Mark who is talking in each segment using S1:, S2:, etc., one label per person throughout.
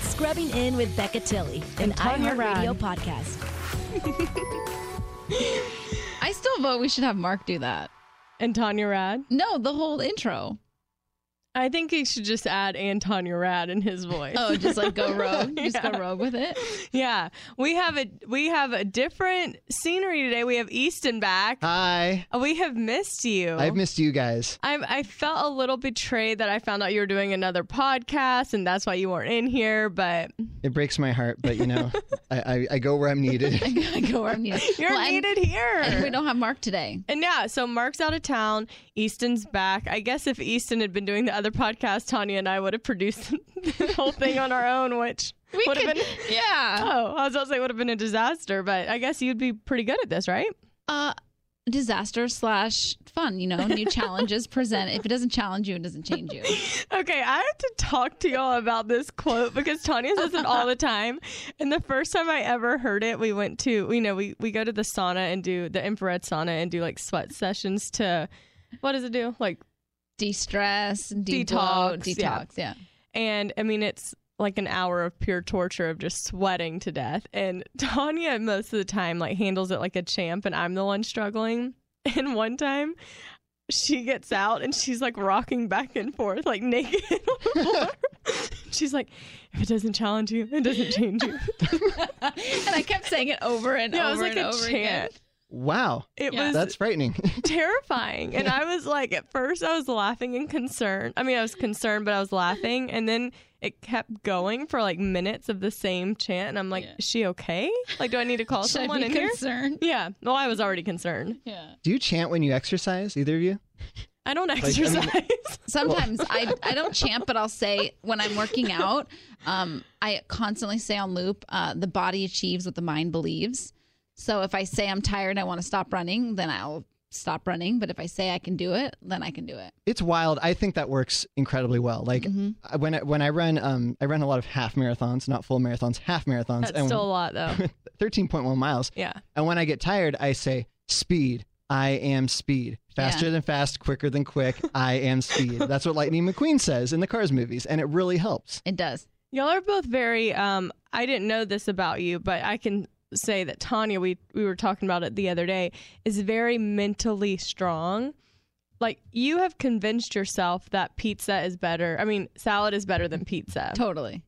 S1: Scrubbing In with Becca Tilly, an
S2: And Tanya
S1: iHeartRadio
S2: Rad.
S1: podcast.
S3: I still vote we should have Mark do that.
S2: And Tanya Rad.
S3: No, the whole intro.
S2: I think he should just add and Tanya Rad in his voice.
S3: Oh, just like go rogue. Just
S2: Yeah.
S3: go rogue with it.
S2: Yeah, we have a we have a different scenery today. We have Easton back. Uh,
S4: Hi.
S2: we have missed you.
S4: I've missed you guys.
S2: I'm, I felt a little betrayed that I found out you were doing another podcast and that's why you weren't in here. But
S4: It breaks my heart, but you know, I, I, I go where I'm needed.
S3: I go where I'm needed.
S2: you're
S3: Well, and-
S2: needed here.
S3: And we don't have Mark today.
S2: And yeah, so Mark's out of town. Easton's back. I guess if Easton had been doing the other podcast, Tanya and I would have produced the whole thing on our own, which would have been.
S3: yeah.
S2: Oh, I was about to say would have been a disaster, but I guess you'd be pretty good at this, right?
S3: Uh, disaster slash fun. You know, new challenges present. If it doesn't challenge you, it doesn't change you.
S2: Okay, I have to talk to y'all about this quote because Tanya says it all the time. And the first time I ever heard it, we went to, you know, we, we go to the sauna and do the infrared sauna and do like sweat sessions to, what does it do? Like
S3: De-stress, detox,
S2: Detox,
S3: detox.
S2: yeah.
S3: yeah.
S2: And I mean, it's like an hour of pure torture of just sweating to death. And Tanya, most of the time, like handles it like a champ, and I'm the one struggling. And one time, she gets out and she's like rocking back and forth, like naked on the floor. she's like, if it doesn't challenge you, it doesn't change you.
S3: and I kept saying it over and
S2: Yeah, it was
S3: over
S2: like
S3: and
S2: a
S3: over again.
S2: chant.
S4: Wow.
S2: It
S3: Yeah.
S2: was
S4: That's frightening.
S2: terrifying. And I was like, at first, I was laughing and concerned. I mean, I was concerned, but I was laughing. And then it kept going for like minutes of the same chant. And I'm like,
S3: Yeah.
S2: is she okay? Like, do I need to call
S3: Should
S2: someone
S3: I
S2: in
S3: be concerned?
S2: here? Yeah. Well, I was already concerned.
S3: Yeah.
S4: Do you chant when you exercise, either of you?
S2: I don't
S4: I mean-
S2: exercise.
S3: Sometimes I, I don't chant, but I'll say when I'm working out, um, I constantly say on loop, uh, the body achieves what the mind believes. So if I say I'm tired and I want to stop running, then I'll stop running. But if I say I can do it, then I can do it.
S4: It's wild. I think that works incredibly well. Like
S2: Mm-hmm.
S4: I- when I, when I run, um, I run a lot of half marathons, not full marathons, half marathons,
S2: That's still a lot, though.
S4: 13.1 miles.
S2: Yeah.
S4: And when I get tired, I say speed. I am speed. Faster than fast, quicker than quick. I am speed. That's what Lightning McQueen says in the Cars movies, and it really helps.
S3: It does.
S2: Y'all are both very. Um, I didn't know this about you, but I can say that Tanya, we we were talking about it the other day, is very mentally strong. Like you have convinced yourself that pizza is better. I mean, salad is better than pizza.
S3: Totally.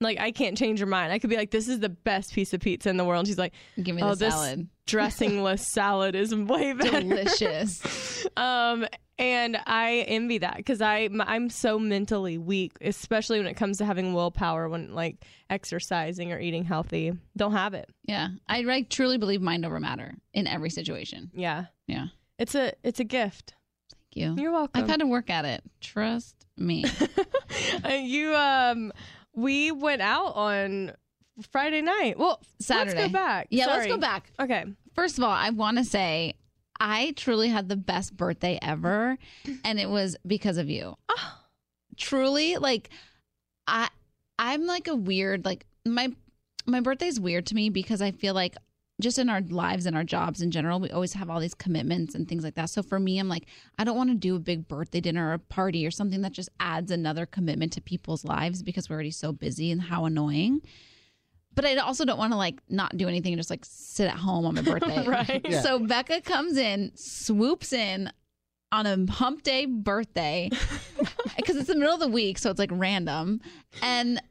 S2: Like I can't change your mind. I could be like, this is the best piece of pizza in the world. And she's like,
S3: Give me
S2: oh,
S3: the
S2: this
S3: salad.
S2: dressingless salad is way better.
S3: Delicious.
S2: Um, and I envy that because I I'm so mentally weak, especially when it comes to having willpower when like exercising or eating healthy. Don't have it.
S3: yeah. I like, truly believe mind over matter in every situation.
S2: Yeah,
S3: Yeah.
S2: it's a it's a gift.
S3: Thank you.
S2: You're welcome.
S3: I've had to work at it. Trust me.
S2: Uh, you um, we went out on Friday night. Well,
S3: Saturday.
S2: Let's go back.
S3: Yeah,
S2: Sorry.
S3: let's go back.
S2: Okay.
S3: First of all, I want to say I truly had the best birthday ever, and it was because of you. Truly, like I, I'm like a weird like my my birthday's weird to me because I feel like just in our lives and our jobs in general, we always have all these commitments and things like that. So for me, I'm like, I don't want to do a big birthday dinner or a party or something that just adds another commitment to people's lives because we're already so busy and how annoying. But I also don't want to like not do anything and just like sit at home on my birthday.
S2: Right.
S4: Yeah.
S3: So Becca comes in, swoops in on a hump day birthday because it's the middle of the week, so it's like random, and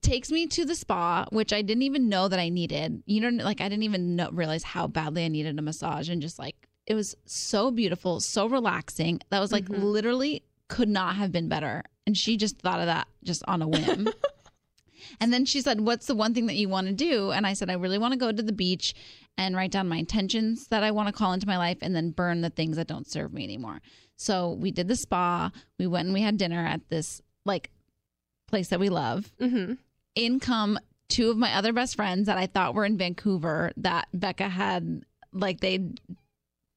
S3: takes me to the spa, which I didn't even know that I needed. You know, like I didn't even know, realize how badly I needed a massage, and just like it was so beautiful, so relaxing. That was like
S2: Mhm.
S3: literally could not have been better. And she just thought of that just on a whim. And then she said, What's the one thing that you want to do? And I said, I really want to go to the beach and write down my intentions that I want to call into my life and then burn the things that don't serve me anymore. So we did the spa. We went and we had dinner at this like place that we love.
S2: Mm-hmm.
S3: In come two of my other best friends that I thought were in Vancouver that Becca had, like, they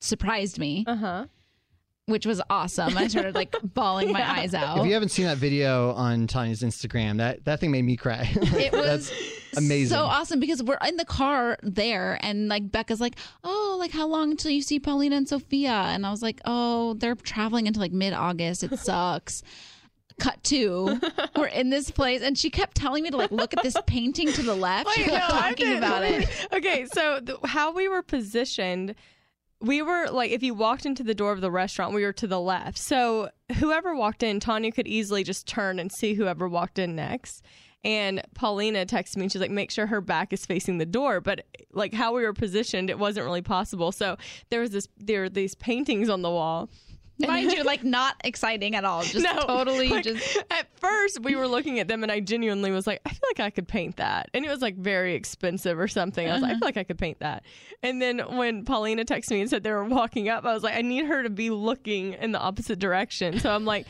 S3: surprised me,
S2: Uh huh.
S3: which was awesome. I started like bawling my
S2: Yeah.
S3: eyes out.
S4: If you haven't seen that video on Tanya's Instagram, that, that thing made me cry.
S3: It was
S4: That's amazing.
S3: So awesome because we're in the car there, and like Becca's like, oh, like how long until you see Paulina and Sophia? And I was like, oh, they're traveling until like mid August. It sucks. cut to we're in this place and she kept telling me to like look at this painting to the left she kept talking about it
S2: okay, so the, how we were positioned, we were like, if you walked into the door of the restaurant, we were to the left. So whoever walked in, Tanya could easily just turn and see whoever walked in next. And Paulina texted me and she's like, make sure her back is facing the door. But like how we were positioned, it wasn't really possible. So there was this, there were these paintings on the wall.
S3: mind you like not exciting at all just totally
S2: like,
S3: just
S2: At first, we were looking at them, and I genuinely was like, I feel like I could paint that, and it was like very expensive or something. I was like,
S3: Uh-huh.
S2: I feel like I could paint that. And then when Paulina texted me and said they were walking up, I was like, I need her to be looking in the opposite direction. So I'm like.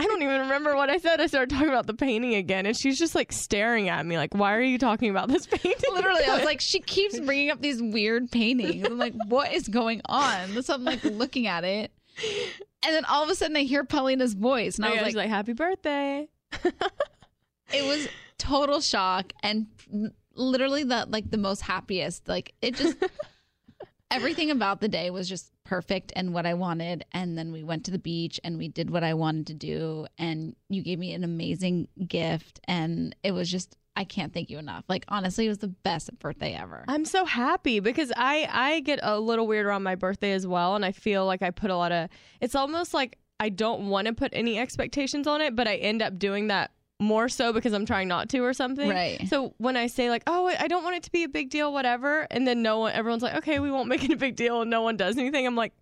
S2: I don't even remember what I said. I started talking about the painting again, and she's just like staring at me, like, "Why are you talking about this painting?"
S3: Literally, I was like, she keeps bringing up these weird paintings. I'm like, what is going on? So I'm like looking at it. And then all of a sudden I hear Paulina's voice. And I
S2: Oh,
S3: was
S2: Yeah,
S3: like,
S2: she's like, "Happy birthday!"
S3: it was total shock and literally the like the most happiest. Like it just everything about the day was just perfect and what I wanted. And then we went to the beach and we did what I wanted to do. And you gave me an amazing gift. And it was just I can't thank you enough. Like honestly, it was the best birthday ever.
S2: I'm so happy because I I get a little weird around my birthday as well, and I feel like I put a lot of. It's almost like I don't want to put any expectations on it, but I end up doing that more so because I'm trying not to or something.
S3: Right.
S2: So when I say like, oh, I don't want it to be a big deal, whatever, and then no one, everyone's like, okay, we won't make it a big deal, and no one does anything. I'm like.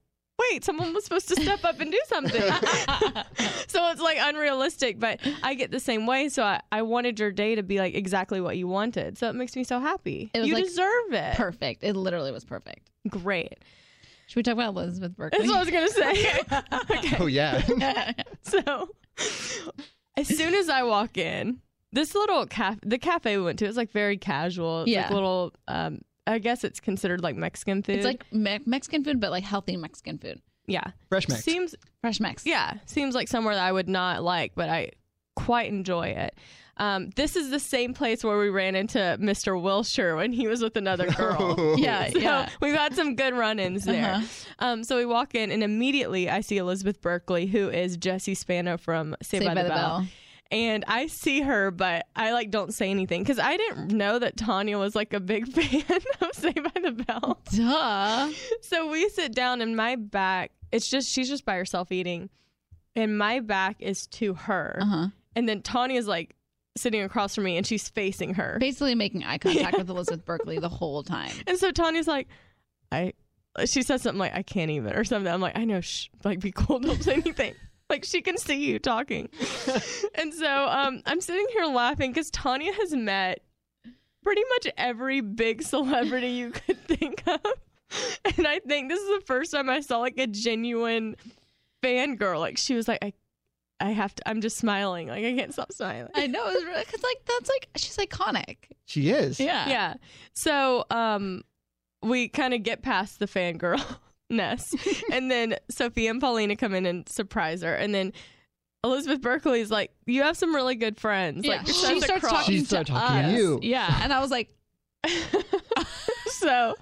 S2: Wait, someone was supposed to step up and do something. so it's like unrealistic, but I get the same way. So I, I wanted your day to be like exactly what you wanted. So it makes me so happy.
S3: It was,
S2: you
S3: like,
S2: deserve it
S3: perfect. It literally was perfect.
S2: great.
S3: Should we talk about Elizabeth
S2: That's
S3: Berkeley?
S2: what I was gonna say. okay,
S4: Oh yeah.
S2: so as soon as I walk in, this little cafe, the cafe we went to, it's like very casual. It's like
S3: Yeah.
S2: little. Um, I guess it's considered like Mexican food.
S3: it's like me- Mexican food, but like healthy Mexican food.
S2: yeah,
S4: Fresh mix.
S2: seems
S3: Fresh Mex.
S2: yeah seems like somewhere that I would not like, but I quite enjoy it. Um, this is the same place where we ran into Mr. Wilshire when he was with another girl.
S3: Yeah.
S2: So
S3: yeah.
S2: we've had some good run-ins there.
S3: Uh-huh.
S2: Um, so we walk in, and immediately I see Elizabeth Berkeley, who is Jesse Spano from Saved
S3: Saved
S2: by, the, Bell. And I see her, but I like don't say anything because I didn't know that Tanya was like a big fan of Saved by the Bell.
S3: Duh.
S2: So we sit down, and my back, it's just she's just by herself eating, and my back is to her,
S3: Uh huh.
S2: and then Tanya's like sitting across from me, and she's facing her.
S3: Basically making eye contact with Elizabeth Berkeley the whole time.
S2: And so Tanya's like, I, she says something like, I can't even, or something. I'm like, I know, shh, like, be cool, don't say anything. Like she can see you talking. and so um, I'm sitting here laughing because Tanya has met pretty much every big celebrity you could think of. And I think this is the first time I saw like a genuine fangirl. Like she was like, I, I have to, I'm just smiling. Like I can't stop smiling.
S3: I know it's really because like that's like she's iconic.
S4: She is.
S3: Yeah.
S2: yeah. So um, we kind of get past the fangirl ness, and then Sophie and Paulina come in and surprise her, and then Elizabeth Berkeley's like, "You have some really good friends."
S3: Yeah,
S2: Like
S3: she
S2: says
S3: starts
S2: across-
S3: talking
S4: She
S3: to
S4: started talking to
S3: us.
S4: you.
S3: Yeah, and I was like,
S2: so.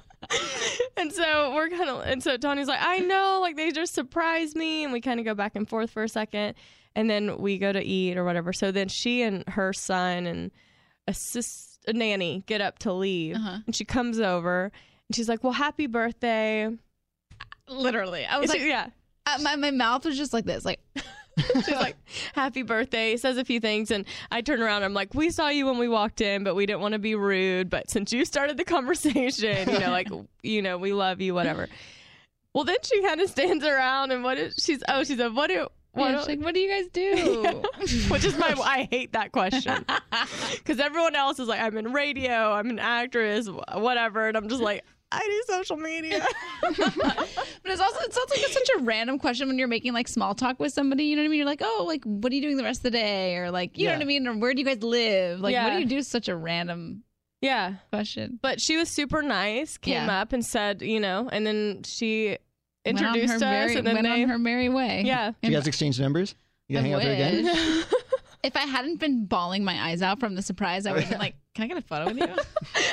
S2: And so we're kind of, and so Tony's like, I know, like they just surprised me, and we kind of go back and forth for a second, and then we go to eat or whatever. So then she and her son and assist a nanny get up to leave,
S3: Uh-huh.
S2: and she comes over and she's like, "Well, happy birthday!"
S3: literally, I was
S2: It's
S3: like,
S2: like, yeah,
S3: uh, my my mouth was just like this, like
S2: she's like, "Happy birthday!" Says a few things, and I turn around. I'm like, "We saw you when we walked in, but we didn't want to be rude. But since you started the conversation, you know, like, you know, we love you, whatever." Well, then she kind of stands around, and what is she's? Oh, she said, "What do?" What
S3: yeah, she's
S2: do-
S3: like, what do you guys do?
S2: which is my I hate that question because everyone else is like I'm in radio, I'm an actress, wh- whatever, and I'm just like I do social media.
S3: But it's also it sounds like it's such a random question when you're making like small talk with somebody. You know what I mean? You're like, oh, like what are you doing the rest of the day? Or like, you know
S4: Yeah.
S3: what I mean? Or where do you guys live? Like, what
S2: Yeah.
S3: do you do? Is Such a random
S2: yeah,
S3: question.
S2: but she was super nice. Came
S3: Yeah.
S2: up and said, you know, and then she
S3: Went on
S2: introduced us,
S3: her merry-
S2: and then
S3: went
S2: they,
S3: on her merry way.
S2: yeah,
S4: Do you guys exchange numbers? You gonna
S3: I
S4: hang out there again?
S3: wish. If I hadn't been bawling my eyes out from the surprise, I would have been like, "Can I get a photo with you?"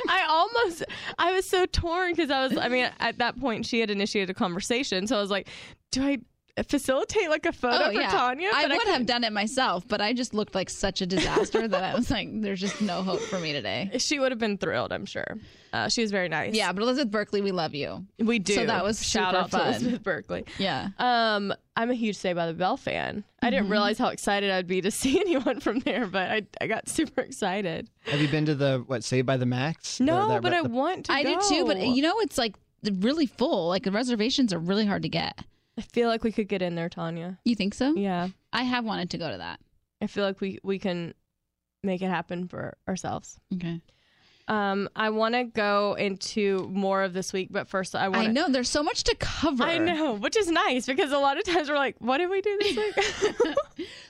S2: I almost, I was so torn because I was, I mean, at that point she had initiated a conversation, so I was like, do I? facilitate like a photo
S3: oh
S2: for
S3: yeah,
S2: Tanya.
S3: I
S2: but
S3: would have
S2: couldn't-
S3: done it myself, but I just looked like such a disaster that I was like, "There's just no hope for me today."
S2: She would have been thrilled, I'm sure. Uh, she was very nice.
S3: Yeah, but Elizabeth Berkeley, we love you.
S2: we do.
S3: So that was
S2: shout
S3: super
S2: out
S3: fun.
S2: to Elizabeth Berkeley.
S3: Yeah,
S2: Um, I'm a huge Say by the Bell fan. I didn't
S3: Mm-hmm.
S2: realize how excited I'd be to see anyone from there, but I, I got super excited.
S4: Have you been to the what Saved by the Max? The-
S2: No,
S4: that-
S2: but I
S4: the-
S2: want to.
S3: I do too. But uh, you know, it's like really full. Like the reservations are really hard to get.
S2: I feel like we could get in there, Tanya.
S3: You think so?
S2: Yeah,
S3: I have wanted to go to that.
S2: I feel like we we can make it happen for ourselves.
S3: Okay.
S2: Um, I want to go into more of this week, but first I want.
S3: I know there's so much to cover.
S2: I know, which is nice because a lot of times we're like, "What did we do this week?"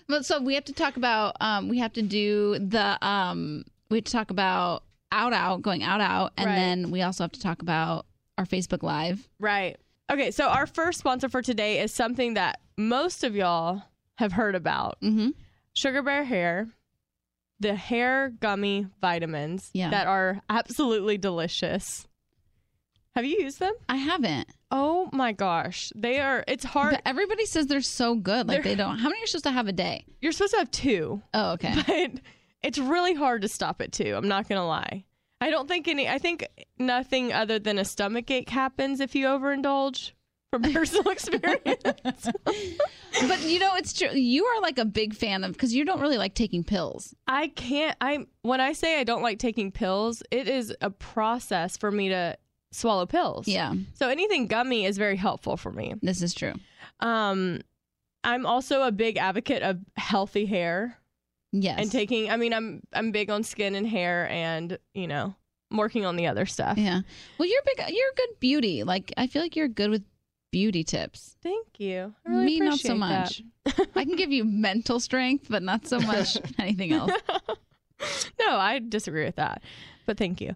S3: But so we have to talk about um we have to do the um we have to talk about out out going out out and
S2: Right.
S3: then we also have to talk about our Facebook live.
S2: right. Okay, so our first sponsor for today is something that most of y'all have heard about.
S3: Mhm.
S2: Sugar Bear Hair, the hair gummy vitamins
S3: Yeah.
S2: that are absolutely delicious. Have you used them?
S3: I haven't.
S2: Oh my gosh. They are, it's hard.
S3: But everybody says they're so good. Like
S2: They're-
S3: they don't. How many are you supposed to have a day?
S2: You're supposed to have two,
S3: Oh, okay.
S2: but it's really hard to stop at two. I'm not going to lie. I don't think any, I think nothing other than a stomach ache happens if you overindulge from personal experience.
S3: but you know it's true. You are like a big fan of because you don't really like taking pills.
S2: I can't. I when I say I don't like taking pills, it is a process for me to swallow pills.
S3: Yeah,
S2: So anything gummy is very helpful for me.
S3: this is true.
S2: Um, I'm also a big advocate of healthy hair
S3: Yes.
S2: and taking. I mean, I'm I'm big on skin and hair, and you know, I'm working on the other stuff.
S3: Yeah. Well, you're big. You're good beauty. Like I feel like you're good with beauty tips.
S2: Thank you. I really
S3: Me, not so
S2: appreciate that.
S3: much. I can give you mental strength, but not so much anything else.
S2: no, I disagree with that. But thank you.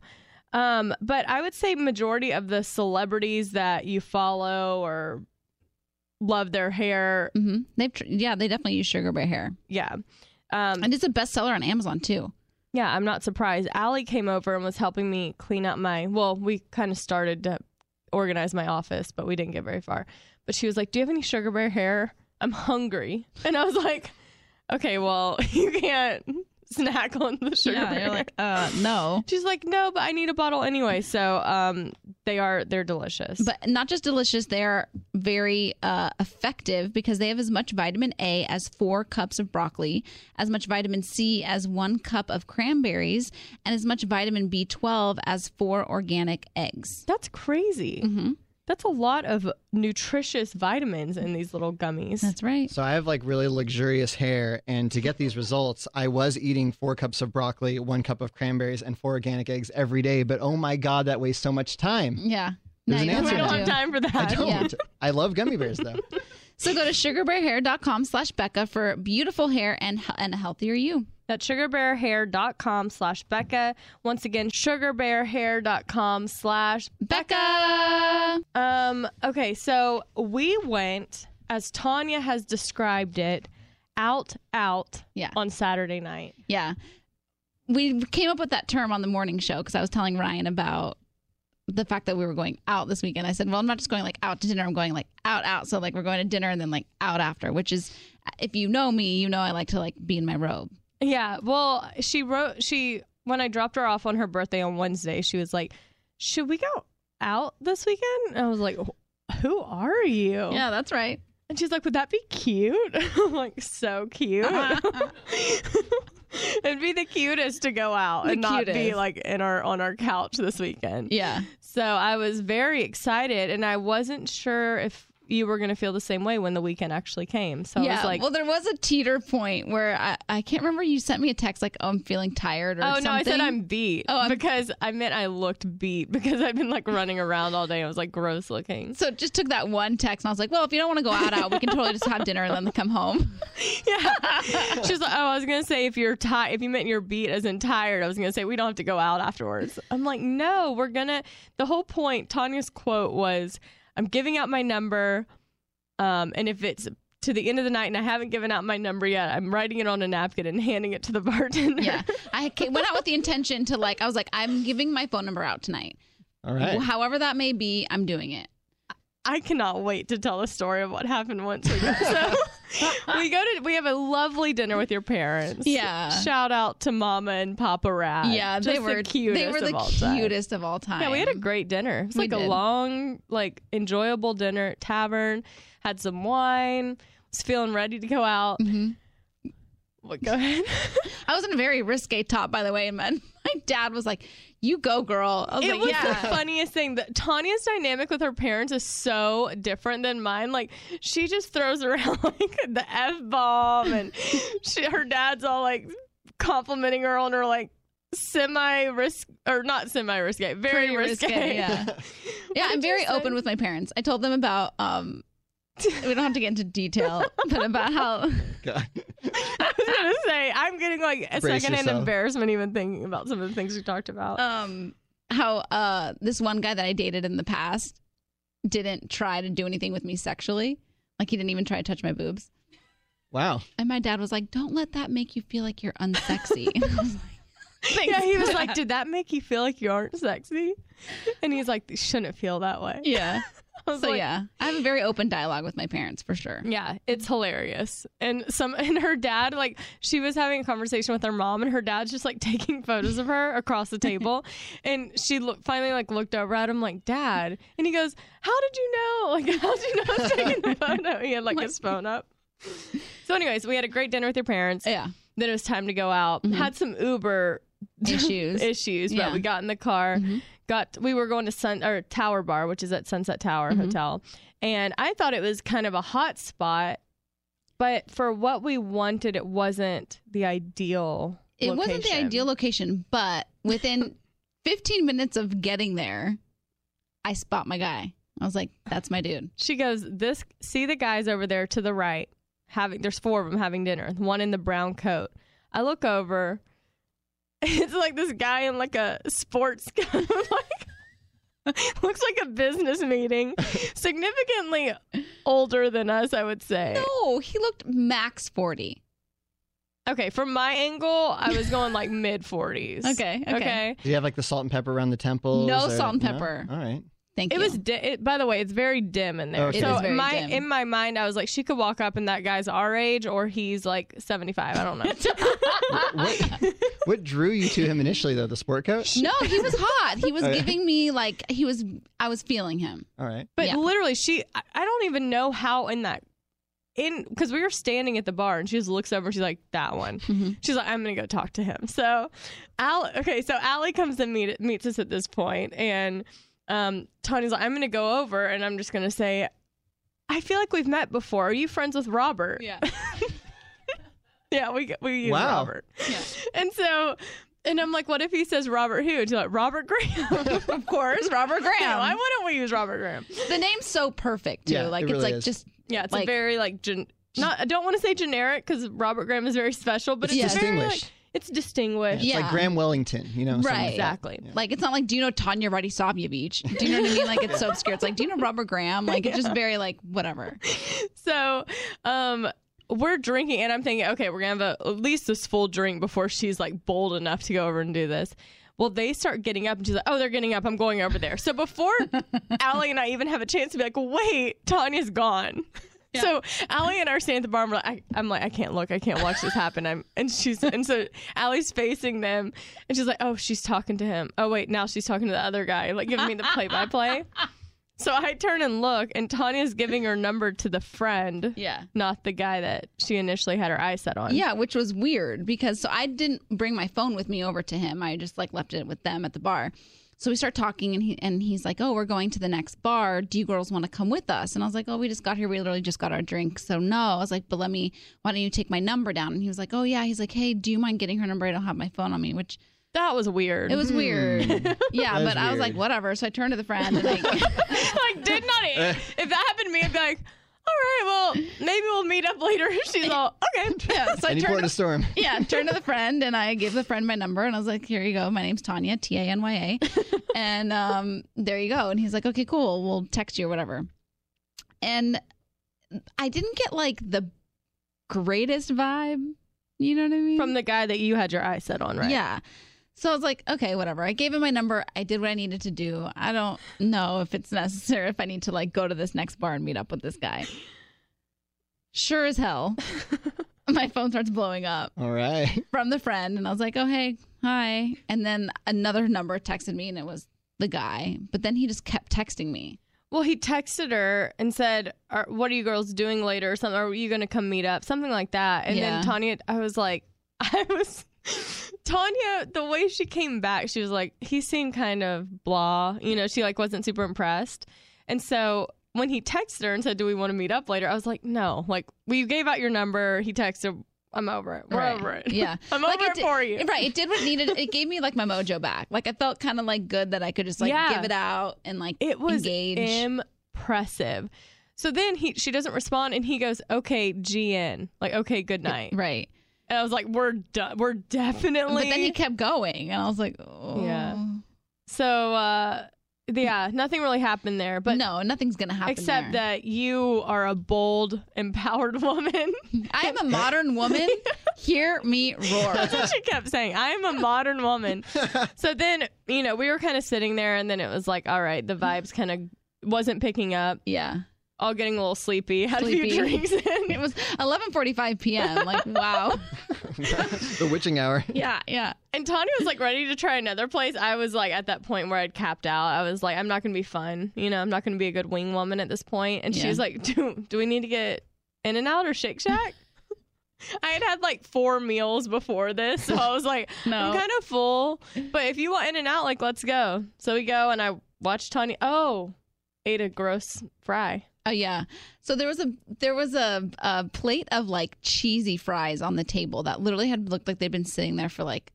S2: Um, but I would say majority of the celebrities that you follow or love their hair,
S3: hmm They've tr- yeah, they definitely use sugar bear hair,
S2: yeah. Um,
S3: and it's a bestseller on Amazon too.
S2: yeah, I'm not surprised. Allie came over and was helping me clean up my well, we kind of started to organize my office, but we didn't get very far. But she was like, Do you have any sugar bear hair? I'm hungry. And I was like, Okay, well, you can't snack on the sugar bear. hair."
S3: uh, no.
S2: She's like, no, but I need a bottle anyway. So, um, they are they're delicious.
S3: But not just delicious, they are very uh, effective because they have as much vitamin A as four cups of broccoli, as much vitamin C as one cup of cranberries, and as much vitamin B12 as four organic eggs.
S2: that's crazy.
S3: hmm
S2: That's a lot of nutritious vitamins in these little gummies.
S3: That's right.
S4: So I have like really luxurious hair, and to get these results, I was eating four cups of broccoli, one cup of cranberries, and four organic eggs every day. But oh my god, that wastes so much time.
S3: Yeah.
S4: There's an
S3: you
S2: we
S4: answer
S2: don't
S4: I
S2: have
S3: to.
S2: time for that.
S4: I don't. I love gummy bears though.
S3: So go to sugarbearhair.com slash Becca for beautiful hair and, and a healthier you.
S2: That's sugarbearhair.com slash Becca. Once again, sugarbearhair.com slash
S3: Becca!
S2: Um, okay, so we went, as Tanya has described it, out out
S3: Yeah.
S2: on Saturday night.
S3: Yeah. We came up with that term on the morning show because I was telling Ryan about the fact that we were going out this weekend. I said, well, I'm not just going like out to dinner. I'm going like out, out. So like we're going to dinner and then like out after, which is, if you know me, you know I like to like be in my robe.
S2: Yeah. Well, she wrote she when I dropped her off on her birthday on Wednesday, she was like, "Should we go out this weekend?" And I was like, "Wh- "Who are you?"
S3: that's right.
S2: And she's like, "Would that be cute?" I'm like, "So cute." It'd be the cutest to go out
S3: The
S2: and not be
S3: cutest.
S2: like in our on our couch this weekend.
S3: Yeah.
S2: So I was very excited, and I wasn't sure if you were going to feel the same way when the weekend actually came. So I
S3: yeah.
S2: was like,
S3: well, there was a teeter point where I, I can't remember. You sent me a text like, oh, I'm feeling tired or
S2: Oh
S3: something.
S2: no, I said I'm beat
S3: Oh, I'm-
S2: because I meant I looked beat because I've been like running around all day. I was like gross looking.
S3: So it just took that one text and I was like, well, if you don't want to go out, out, we can totally just have dinner and then come home.
S2: Yeah, she was like, "Oh, I was gonna say if you're tired, if you meant you're beat as in tired, I was gonna say we don't have to go out afterwards." I'm like, "No, we're gonna." The whole point, Tanya's quote was, "I'm giving out my number, um, and if it's." To the end of the night, and I haven't given out my number yet. I'm writing it on a napkin and handing it to the bartender.
S3: Yeah. I ca- went out with the intention to like, I was like, I'm giving my phone number out tonight.
S4: All right.
S3: However that may be, I'm doing it.
S2: I cannot wait to tell the story of what happened once. we go- So we go to we have a lovely dinner with your parents.
S3: Yeah.
S2: Shout out to Mama and Papa Rad.
S3: yeah,
S2: Just
S3: they were
S2: the cutest.
S3: They were
S2: of
S3: the
S2: all time.
S3: cutest of all time.
S2: Yeah, we had a great dinner. It was
S3: We
S2: like a
S3: did.
S2: long, like enjoyable dinner at tavern. Had some wine. Was feeling ready to go out.
S3: Mhm.
S2: Well, go ahead.
S3: I was in a very risque top, by the way, and my, my dad was like, "You go, girl." I was
S2: it
S3: like,
S2: was the
S3: "Yeah."
S2: funniest thing. That Tanya's dynamic with her parents is so different than mine. Like she just throws around like the f bomb, and she, her dad's all like complimenting her on her like semi risk or not semi risque, very
S3: Pretty
S2: risque.
S3: Yeah, yeah.
S2: did
S3: I'm
S2: you
S3: very
S2: say?
S3: open with my parents. I told them about. um we don't have to get into detail, but about how
S4: God.
S2: I was gonna say I'm getting like a
S4: Brace
S2: secondhand
S4: yourself.
S2: embarrassment even thinking about some of the things we talked about.
S3: um how uh this one guy that I dated in the past didn't try to do anything with me sexually. Like he didn't even try to touch my boobs.
S4: Wow.
S3: And my dad was like, "Don't let that make you feel like you're unsexy." I was like,
S2: yeah, he was like, "Did that make you feel like you aren't sexy?" And he's like, "You shouldn't feel that way."
S3: yeah.
S2: I was
S3: So
S2: like,
S3: yeah, I have a very open dialogue with my parents for sure.
S2: Yeah, it's hilarious. And some and her dad, like she was having a conversation with her mom, and her dad's just like taking photos of her across the table, and she look, finally like looked over at him like, "Dad," and he goes, "How did you know? Like, how did you know I was taking the photo?" He had like his phone up. So, anyways, we had a great dinner with your parents.
S3: Yeah,
S2: Then it was time to go out. Had some Uber
S3: issues.
S2: issues, but
S3: Mm-hmm. Yeah. Mm-hmm.
S2: we got in the car. Got we were going to Sun or Tower Bar, which is at Sunset Tower
S3: Mm-hmm.
S2: Hotel, and I thought it was kind of a hot spot, but for what we wanted, it wasn't the ideal.
S3: it wasn't the
S2: location.
S3: ideal location, but within 15 minutes of getting there, I spot my guy. I was like, "That's my dude."
S2: She goes, "This see the guys over there to the right having there's four of them having dinner. One in the brown coat. I look over. It's like this guy in like a sports coat, like looks like a business meeting. Significantly older than us, I would say.
S3: No, he looked max 40.
S2: Okay, from my angle, I was going like mid 40s.
S3: Okay, okay.
S4: Did you have like the salt and pepper around the temples?
S3: No
S4: or-
S3: salt and pepper.
S4: All right.
S3: Thank
S2: It
S3: you.
S2: was di- it, by the way, it's very dim in there.
S4: Okay. It
S2: So
S4: is
S3: very
S2: my
S3: dim.
S2: in my mind, I was like, she could walk up and that guy's our age, or he's like seventy five. I don't know.
S4: What, what drew you to him initially though? The sport coat?
S3: No, he was hot. He was
S4: Oh, yeah.
S3: giving me like he was. I was feeling him.
S4: All right.
S2: but
S3: Yeah.
S2: literally, she I, I don't even know how in that in because we were standing at the bar and she just looks over and she's like that one.
S3: Mm-hmm.
S2: She's like, I'm gonna go talk to him. So, Al, okay, so Allie comes and meet meets us at this point, and um, Tony's like, I'm gonna go over and I'm just gonna say. I feel like we've met before. Are you friends with Robert?
S3: Yeah.
S2: Yeah, we we use
S4: Wow.
S2: Robert. And so, and I'm like, what if he says Robert who? And she's like, Robert Graham. of course, Robert Graham. why wouldn't we use Robert Graham?
S3: The name's so perfect too.
S4: Yeah,
S3: like
S4: it
S3: it's
S4: really
S3: like
S4: is.
S3: just
S2: Yeah, it's a
S3: Like-
S2: very like gen- not. I don't want to say generic because Robert Graham is very special, but it's,
S3: It's
S2: very, like,
S4: distinguished.
S2: it's distinguished.
S4: It's like
S3: Yeah.
S4: Graham Wellington, you know. something
S3: Right.
S4: like that.
S2: Exactly.
S3: like it's not like do you know Tanya Radisavia Beach? Do you know what I mean? Like it's so obscure. It's like do you know Robert Graham? Like it's just very like whatever.
S2: So, um, we're drinking, and I'm thinking, okay, we're gonna have a, at least this full drink before she's like bold enough to go over and do this. Well, they start getting up, and she's like, "Oh, they're getting up. I'm going over there." So before Allie and I even have a chance to be like, "Wait, Tanya's gone." So Allie and I are standing at the bar. And we're like, I, I'm like, I can't look. I can't watch this happen. I'm and she's and so Allie's facing them, and she's like, "Oh, she's talking to him. Oh, wait, now she's talking to the other guy. Like giving me the play-by-play." So I turn and look, and Tanya's giving her number to the friend,
S3: Yeah.
S2: not the guy that she initially had her eyes set on.
S3: Yeah, which was weird because so I didn't bring my phone with me over to him. I just like left it with them at the bar. So we start talking and he and he's like, "Oh, we're going to the next bar. Do you girls want to come with us?" And I was like, "Oh, we just got here. We literally just got our drink. So no." I was like, "But let me. Why don't you take my number down?" And he was like, "Oh yeah." He's like, "Hey, do you mind getting her number? I don't have my phone on me." Which
S2: That was weird.
S3: it was weird. Yeah,
S4: Hmm. That is
S3: but I was like,
S4: weird.
S3: "Whatever." So I turned to the friend and like,
S2: like did not. if that happened to me, I'd be like, "All right, well, maybe we'll meet up later." She's all okay.
S3: yeah. So I
S4: Any
S3: turned.
S4: port in
S3: To,
S4: a storm.
S3: yeah, turned to the friend and I gave the friend my number and I was like, "Here you go. My name's Tanya, T A N Y A," and um, there you go. And he's like, "Okay, cool. We'll text you or whatever." And I didn't get like the greatest vibe. You know what I mean?
S2: From the guy that you had your eyes set on, right?
S3: Yeah. So I was like, okay, whatever. I gave him my number. I did what I needed to do. I don't know if it's necessary if I need to like go to this next bar and meet up with this guy. Sure as hell. my phone starts blowing up
S4: All right.
S3: from the friend and I was like, "Oh, hey. Hi." And then another number texted me and it was the guy, but then he just kept texting me.
S2: Well, he texted her and said, are, "What are you girls doing later?" or something. Are you going to come meet up? Something like that. And
S3: Yeah.
S2: then Tanya, I was like, I was Tanya. The way she came back, she was like, he seemed kind of blah. You know, she like wasn't super impressed. And so when he texted her and said, "Do we want to meet up later?" I was like, "No." Like we gave out your number. He texted. I'm over it. We're
S3: Right.
S2: over it.
S3: Yeah.
S2: I'm
S3: Like,
S2: over it,
S3: it di-
S2: for you.
S3: Right, it did what needed. It gave me like my mojo back. Like I felt kind of like good that I could just like
S2: Yeah.
S3: give it out and like
S2: It was
S3: engage.
S2: impressive. So then he she doesn't respond and he goes, "Okay, GN." Like, "Okay, good night."
S3: right.
S2: And I was like, "We're done. We're
S3: But
S2: definitely."
S3: then he kept going and I was like, "Oh."
S2: Yeah. so uh yeah, nothing really happened there, but
S3: But no, nothing's going to happen.
S2: except
S3: there.
S2: that you are a bold, empowered woman.
S3: I am a modern woman. Hear me roar.
S2: That's what she kept saying. I am a modern woman. so then, you know, we were kind of sitting there and then it was like, all right, the vibes kind of wasn't picking up.
S3: Yeah.
S2: All getting a little sleepy. Had a
S3: Sleepy.
S2: few drinks in.
S3: It was 11:45 p.m. Like, wow.
S4: the witching hour. Oh,
S3: Yeah, yeah.
S2: And Tanya was like ready to try another place. I was like at that point where I'd capped out. I was like, I'm not gonna be fun. You know, I'm not gonna be a good wing woman at this point. And she
S3: Yeah.
S2: was like, Do do we need to get In and Out or Shake Shack? I had had like four meals before this, so I was like,
S3: No.
S2: I'm kind of full. But if you want In and Out, like, let's go. So we go, and I watched Tanya. Oh, ate a gross fry.
S3: Oh yeah. So there was a there was a, a plate of like cheesy fries on the table that literally had looked like they'd been sitting there for like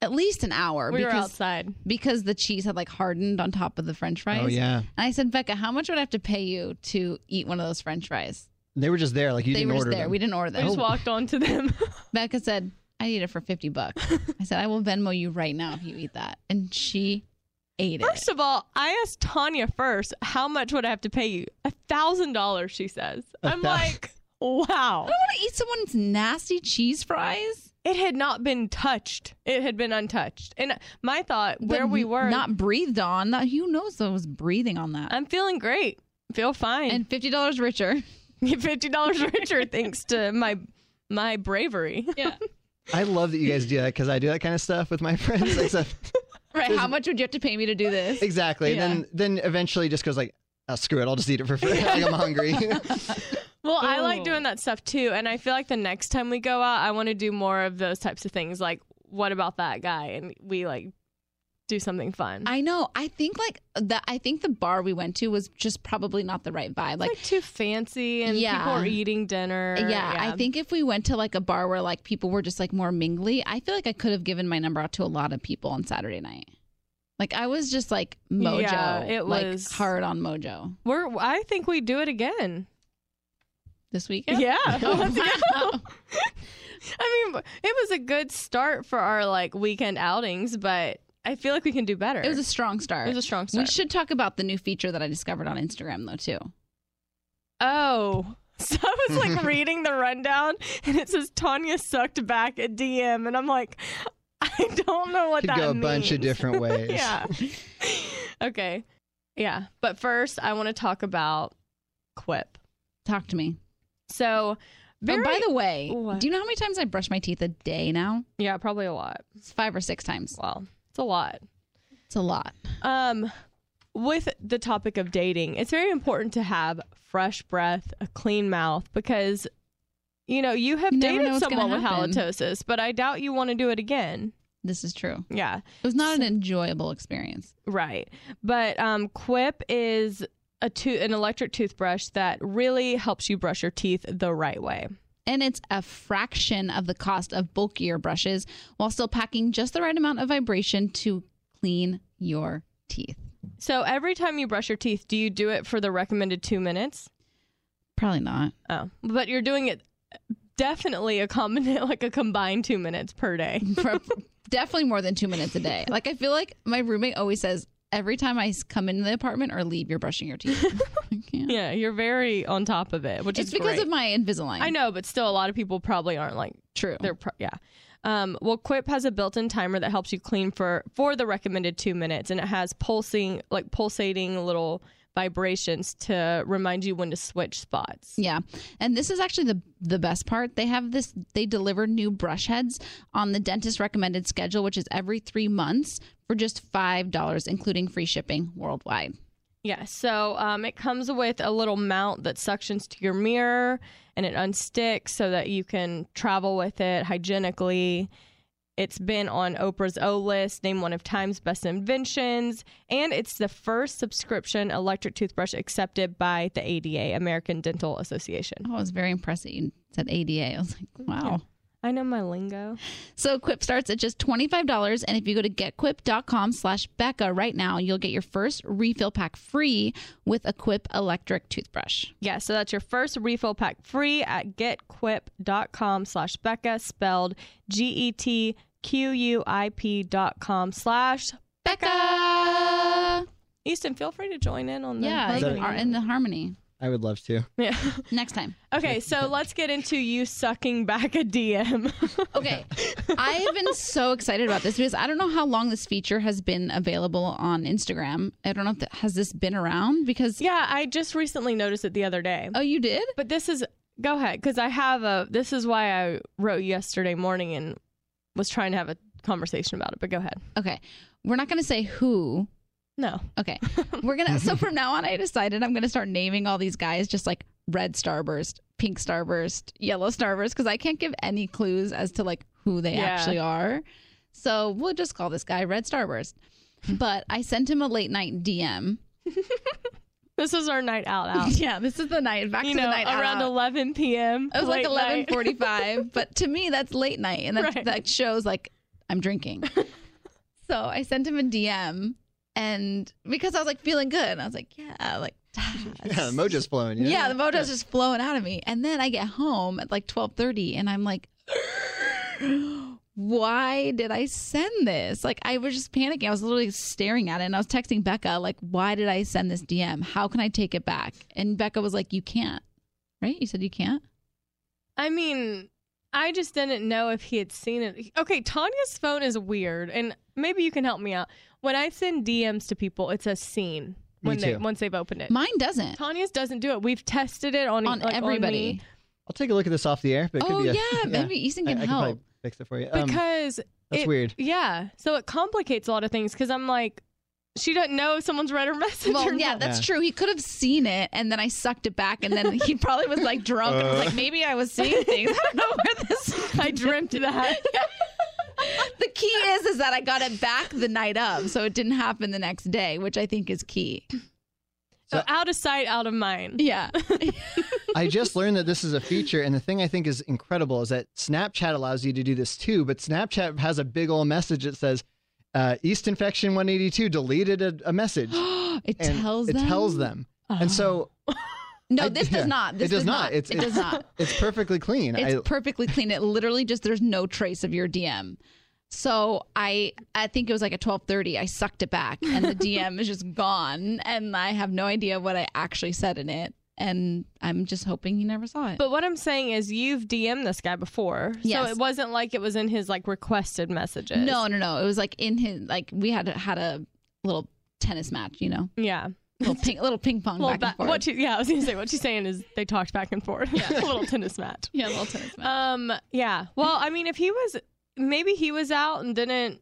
S3: at least an hour
S2: We were
S3: because
S2: outside.
S3: because the cheese had like hardened on top of the French fries.
S4: Oh yeah.
S3: And I said, Becca, how much would I have to pay you to eat one of those French fries?
S4: They were just there. Like you
S3: they
S4: didn't
S3: were just
S4: order
S3: there.
S4: them. Oh.
S3: We didn't order
S2: We
S3: them.
S2: just walked onto them.
S3: Becca said, I need it for 50 bucks. I said, I will Venmo you right now if you eat that. And she ate it.
S2: First of all, I asked Tanya first, how much would I have to pay you? A thousand dollars, she says.
S4: A
S2: I'm
S4: thou-
S2: like, wow.
S3: I want to eat someone's nasty cheese fries.
S2: It had not been touched. It had been untouched. And my thought, where
S3: But
S2: we were,
S3: Not breathed on. That Who knows I was breathing on that?
S2: I'm feeling great. Feel fine.
S3: and $50 richer.
S2: And fifty dollars richer thanks to my my bravery.
S3: Yeah.
S4: I love that you guys do that because I do that kind of stuff with my friends. Except,
S3: right. How much would you have to pay me to do this?
S4: exactly. And then then eventually just goes like, oh, screw it, I'll just eat it for free. like I'm hungry.
S2: Well, I like
S3: Ooh.
S2: doing that stuff too, and I feel like the next time we go out, I want to do more of those types of things. Like, what about that guy? And we like do something fun.
S3: I know. I think like the I think the bar we went to was just probably not the right vibe. Like
S2: like, too fancy and
S3: Yeah.
S2: people are eating dinner.
S3: Yeah, I think if we went to like a bar where like people were just like more mingly, I feel like I could have given my number out to a lot of people on Saturday night. Like I was just like mojo,
S2: Yeah, it
S3: like
S2: was-
S3: hard on mojo
S2: we're. I think we do it again.
S3: this weekend.
S2: Yeah. Let's
S3: Wow.
S2: go. I mean, it was a good start for our like weekend outings, but I feel like we can do better.
S3: It was a strong
S2: It
S3: start.
S2: was a strong
S3: we
S2: start.
S3: should talk about the new feature that I discovered on Instagram though too.
S2: oh. So I was like reading the rundown and it says Tanya sucked back at DM and I'm like I don't know what
S4: Could
S2: that
S4: go a
S2: means.
S4: bunch of different ways.
S2: yeah. okay. Yeah. But first I want to talk about Quip.
S3: Talk to me.
S2: So
S3: Oh,
S2: very,
S3: by the way,
S2: What?
S3: do you know how many times I brush my teeth a day now?
S2: yeah, probably a lot.
S3: It's five or six times.
S2: Wow. It's a lot.
S3: It's a lot.
S2: Um, with the topic of dating, it's very important to have fresh breath, a clean mouth, because you know you have
S3: You never know
S2: dated
S3: what's gonna
S2: someone with
S3: happen.
S2: halitosis, but I doubt you want to do it again.
S3: This is true.
S2: Yeah,
S3: It was not an enjoyable experience.
S2: right. But um, Quip is a to- an electric toothbrush that really helps you brush your teeth the right way.
S3: and it's a fraction of the cost of bulkier brushes while still packing just the right amount of vibration to clean your teeth.
S2: So every time you brush your teeth, do you do it for the recommended two minutes?
S3: Probably not.
S2: Oh, but you're doing it definitely a combined like a combined two minutes per day.
S3: For- definitely more than two minutes a day. Like, I feel like my roommate always says, every time I s- come into the apartment or leave, you're brushing your teeth. I can't.
S2: Yeah, you're very on top of it, which
S3: It's
S2: is
S3: because
S2: great.
S3: of my Invisalign.
S2: I know, but still, a lot of people probably aren't like
S3: True.
S2: they're. Pro- yeah, Um, well, Quip has a built-in timer that helps you clean for for the recommended two minutes, and it has pulsing like pulsating little vibrations to remind you when to switch spots.
S3: Yeah. And this is actually the the best part. They have this they deliver new brush heads on the dentist recommended schedule, which is every 3 months for just $5 including free shipping worldwide.
S2: Yeah, so um, it comes with a little mount that suctions to your mirror and it unsticks so that you can travel with it hygienically. It's been on Oprah's O list, named one of Time's best inventions, and it's the first subscription electric toothbrush accepted by the ADA, American Dental Association.
S3: Oh, I was very impressed that you said ADA. I was like, wow.
S2: I know my lingo.
S3: So Quip starts at just $25. And if you go to getquip.com slash Becca right now, you'll get your first refill pack free with a Quip electric toothbrush.
S2: Yeah, so that's your first refill pack free at getquip.com slash Becca, spelled G E T Q U I P dot com slash
S3: Becca!
S2: Easton. Feel free to join in on the
S3: Yeah,
S4: harmony.
S3: you are in the harmony.
S4: I would love to.
S2: Yeah.
S3: Next time.
S2: Okay, so let's get into you sucking back a DM.
S3: Okay. I have been so excited about this because I don't know how long this feature has been available on Instagram. I don't know if that, has this been around because
S2: yeah, I just recently noticed it the other day.
S3: Oh, you did?
S2: But this is go ahead because I have a. This is why I wrote yesterday morning and was trying to have a conversation about it. But go ahead.
S3: Okay. We're not going to say who.
S2: No.
S3: Okay. We're going to So from now on I decided I'm going to start naming all these guys just like red starburst, pink starburst, yellow starburst cuz I can't give any clues as to like who they
S2: Yeah.
S3: actually are. So we'll just call this guy Red Starburst. But I sent him a late night DM.
S2: This is our night out. Out.
S3: Yeah, this is the night back
S2: you
S3: to
S2: know,
S3: the night
S2: around
S3: out.
S2: 11 p.m.
S3: It was like
S2: late
S3: eleven
S2: night.
S3: forty-five, but to me that's late night, and that
S2: Right.
S3: that shows like I'm drinking. so I sent him a DM, and because I was like feeling good, and I was like, yeah, like
S4: Yeah, the mojo's flowing. You know?
S3: yeah, the mojo's just flowing out of me. And then I get home at like twelve thirty, and I'm like, why did I send this? Like I was just panicking. I was literally staring at it, and I was texting Becca like, why did I send this DM? How can I take it back? And Becca was like, you can't. Right? You said you can't.
S2: I mean, I just didn't know if he had seen it. Okay, Tanya's phone is weird, and maybe you can help me out. When I send DMs to people, it says seen
S4: Me
S2: when they
S4: too.
S2: once they've opened it.
S3: Mine doesn't.
S2: Tanya's doesn't do it. We've tested it on
S3: on
S2: like, me
S3: everybody.
S4: I'll take a look at this off the air. But it could
S3: oh
S4: be
S3: yeah,
S4: a,
S3: maybe Easton
S4: I,
S3: can
S4: I could
S3: help.
S4: probably fix it for you. Um,
S2: because
S4: that's
S2: it-
S4: weird.
S2: yeah, so it complicates a lot of things. Because I'm like, she doesn't know if someone's read her message.
S3: well,
S2: or
S3: yeah,
S2: not.
S3: that's true. He could have seen it, and then I sucked it back, and then he probably was like drunk, and was like, maybe I was seeing things. I don't know where this.
S2: I dreamt that.
S3: the key is, is that I got it back the night of, so it didn't happen the next day, which I think is key.
S2: so out of sight, out of mind.
S3: Yeah,
S4: I just learned that this is a feature, and the thing I think is incredible is that Snapchat allows you to do this too. But Snapchat has a big old message that says, uh, "East Infection 182 deleted a, a message."
S3: it
S4: and
S3: tells
S4: it
S3: them. Uh-huh.
S4: tells them, and so
S3: No,
S4: I-
S3: this
S4: yeah.
S3: does not.
S4: It
S3: This
S4: does not. It's-
S3: it
S4: it's-
S3: does not.
S4: it's perfectly clean.
S3: It's
S4: I,
S3: perfectly clean. It literally just there's no trace of your DM. So I I think it was like at twelve thirty. I sucked it back, and the DM is just gone, and I have no idea what I actually said in it. And I'm just hoping you never saw it.
S2: But what I'm saying is you've DM'd this guy before.
S3: Yes.
S2: So it wasn't like it was in his like requested messages.
S3: no, no, no. It was like in his like we had had a little tennis match, you know,
S2: Yeah.
S3: little ping, little ping pong
S2: Well,
S3: back and
S2: ba-
S3: forth.
S2: what she, yeah, I was gonna say what she's saying is they talked back and forth. a little tennis match.
S3: yeah, little tennis match.
S2: Um yeah. Well, I mean if he was maybe he was out and didn't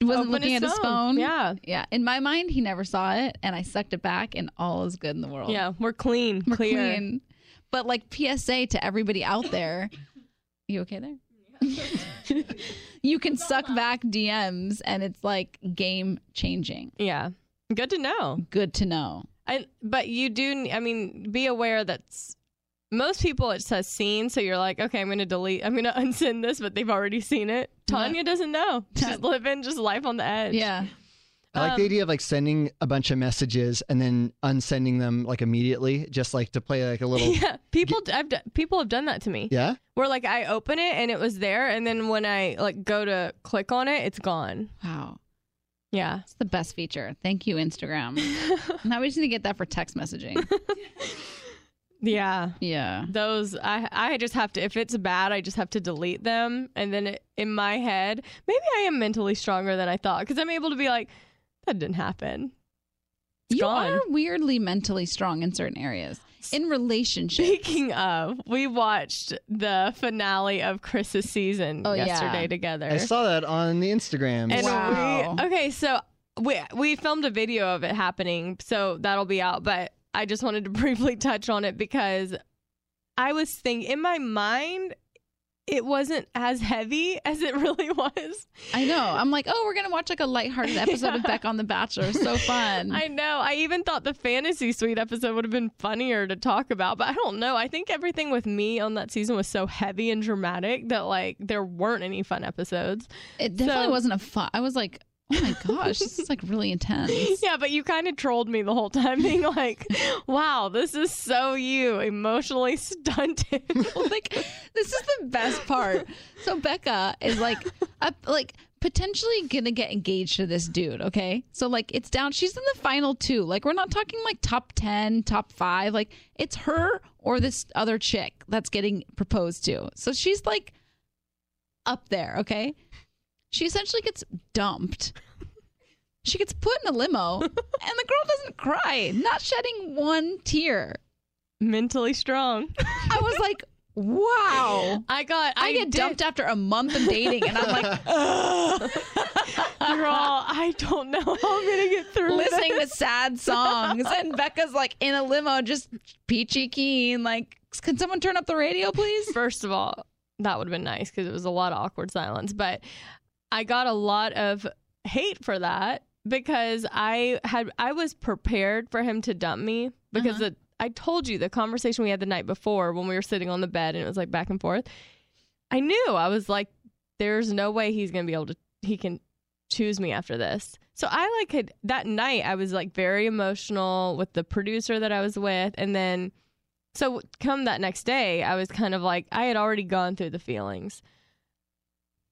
S3: Wasn't
S2: Uh, open
S3: looking
S2: his
S3: at his phone.
S2: Yeah.
S3: yeah. In my mind, he never saw it, and I sucked it back, and all is good in the world.
S2: Yeah. We're clean.
S3: Oh. We're
S2: clear.
S3: clean. But like PSA to everybody out there, you okay there? you can suck back DMs and it's like game changing.
S2: Yeah. Good to know.
S3: Good to know.
S2: And but you do I mean, be aware that's most people it says seen, so you're like, okay, I'm gonna delete I'm gonna unsend this, but they've already seen it. Tanya doesn't know. She's living just life on the edge.
S3: Yeah.
S4: I like
S3: um,
S4: the idea of like sending a bunch of messages and then unsending them like immediately, just like to play like a little. Yeah.
S2: Yeah, people d- I've d- people have done that to me. Where like I open it and it was there, and then when I like go to click on it, it's gone.
S3: Wow.
S2: Yeah,
S3: It's the best feature. Thank you, Instagram. now we just need to get that for text messaging.
S2: Yeah.
S3: Yeah.
S2: Those I I just have to if it's bad I just have to delete them and then it, in my head maybe I am mentally stronger than I thought because I'm able to be like that didn't happen. It's
S3: you
S2: gone.
S3: are weirdly mentally strong in certain areas. In relationships.
S2: Speaking of, we watched the finale of Chris's season
S3: Oh, yeah.
S2: yesterday together.
S4: I saw that on the Instagram.
S2: And
S3: Wow.
S2: we okay, so we we filmed a video of it happening, so that'll be out. But I just wanted to briefly touch on it because I was thinking in my mind it wasn't as heavy as it really was.
S3: I know. I'm like, oh, we're gonna watch like a lighthearted episode of Beck on the Bachelor. So fun.
S2: I know. I even thought the fantasy suite episode would have been funnier to talk about, but I don't know. I think everything with me on that season was so heavy and dramatic that like there weren't any fun episodes.
S3: it definitely
S2: so-
S3: wasn't a fun. I was like, oh my gosh, this is like really intense.
S2: Yeah, but you kind of trolled me the whole time, being like, "Wow, this is so you, emotionally stunted."
S3: Well, like this is the best part. So Becca is like a, like potentially gonna get engaged to this dude, okay? So like it's down she's in the final two. Like we're not talking like top 10, top 5. Like it's her or this other chick that's getting proposed to. So she's like up there, okay? She essentially gets dumped. She gets put in a limo and the girl doesn't cry, not shedding one tear.
S2: Mentally strong.
S3: I was like, "Wow."
S2: I got.
S3: I, get
S2: did-
S3: dumped after a month of dating, and I'm like
S2: Girl, I don't know how I'm gonna get through this.
S3: listening to sad songs, and Becca's like in a limo, just peachy keen. Like, can someone turn up the radio, please?
S2: First of all, that would have been nice because it was a lot of awkward silence, but I got a lot of hate for that because I had I was prepared for him to dump me because the, I told you the conversation we had the night before when we were sitting on the bed and it was like back and forth. I knew I was like, there's no way he's gonna be able to he can choose me after this. So I like had that night I was like very emotional with the producer that I was with and then so come that next day I was kind of like I had already gone through the feelings.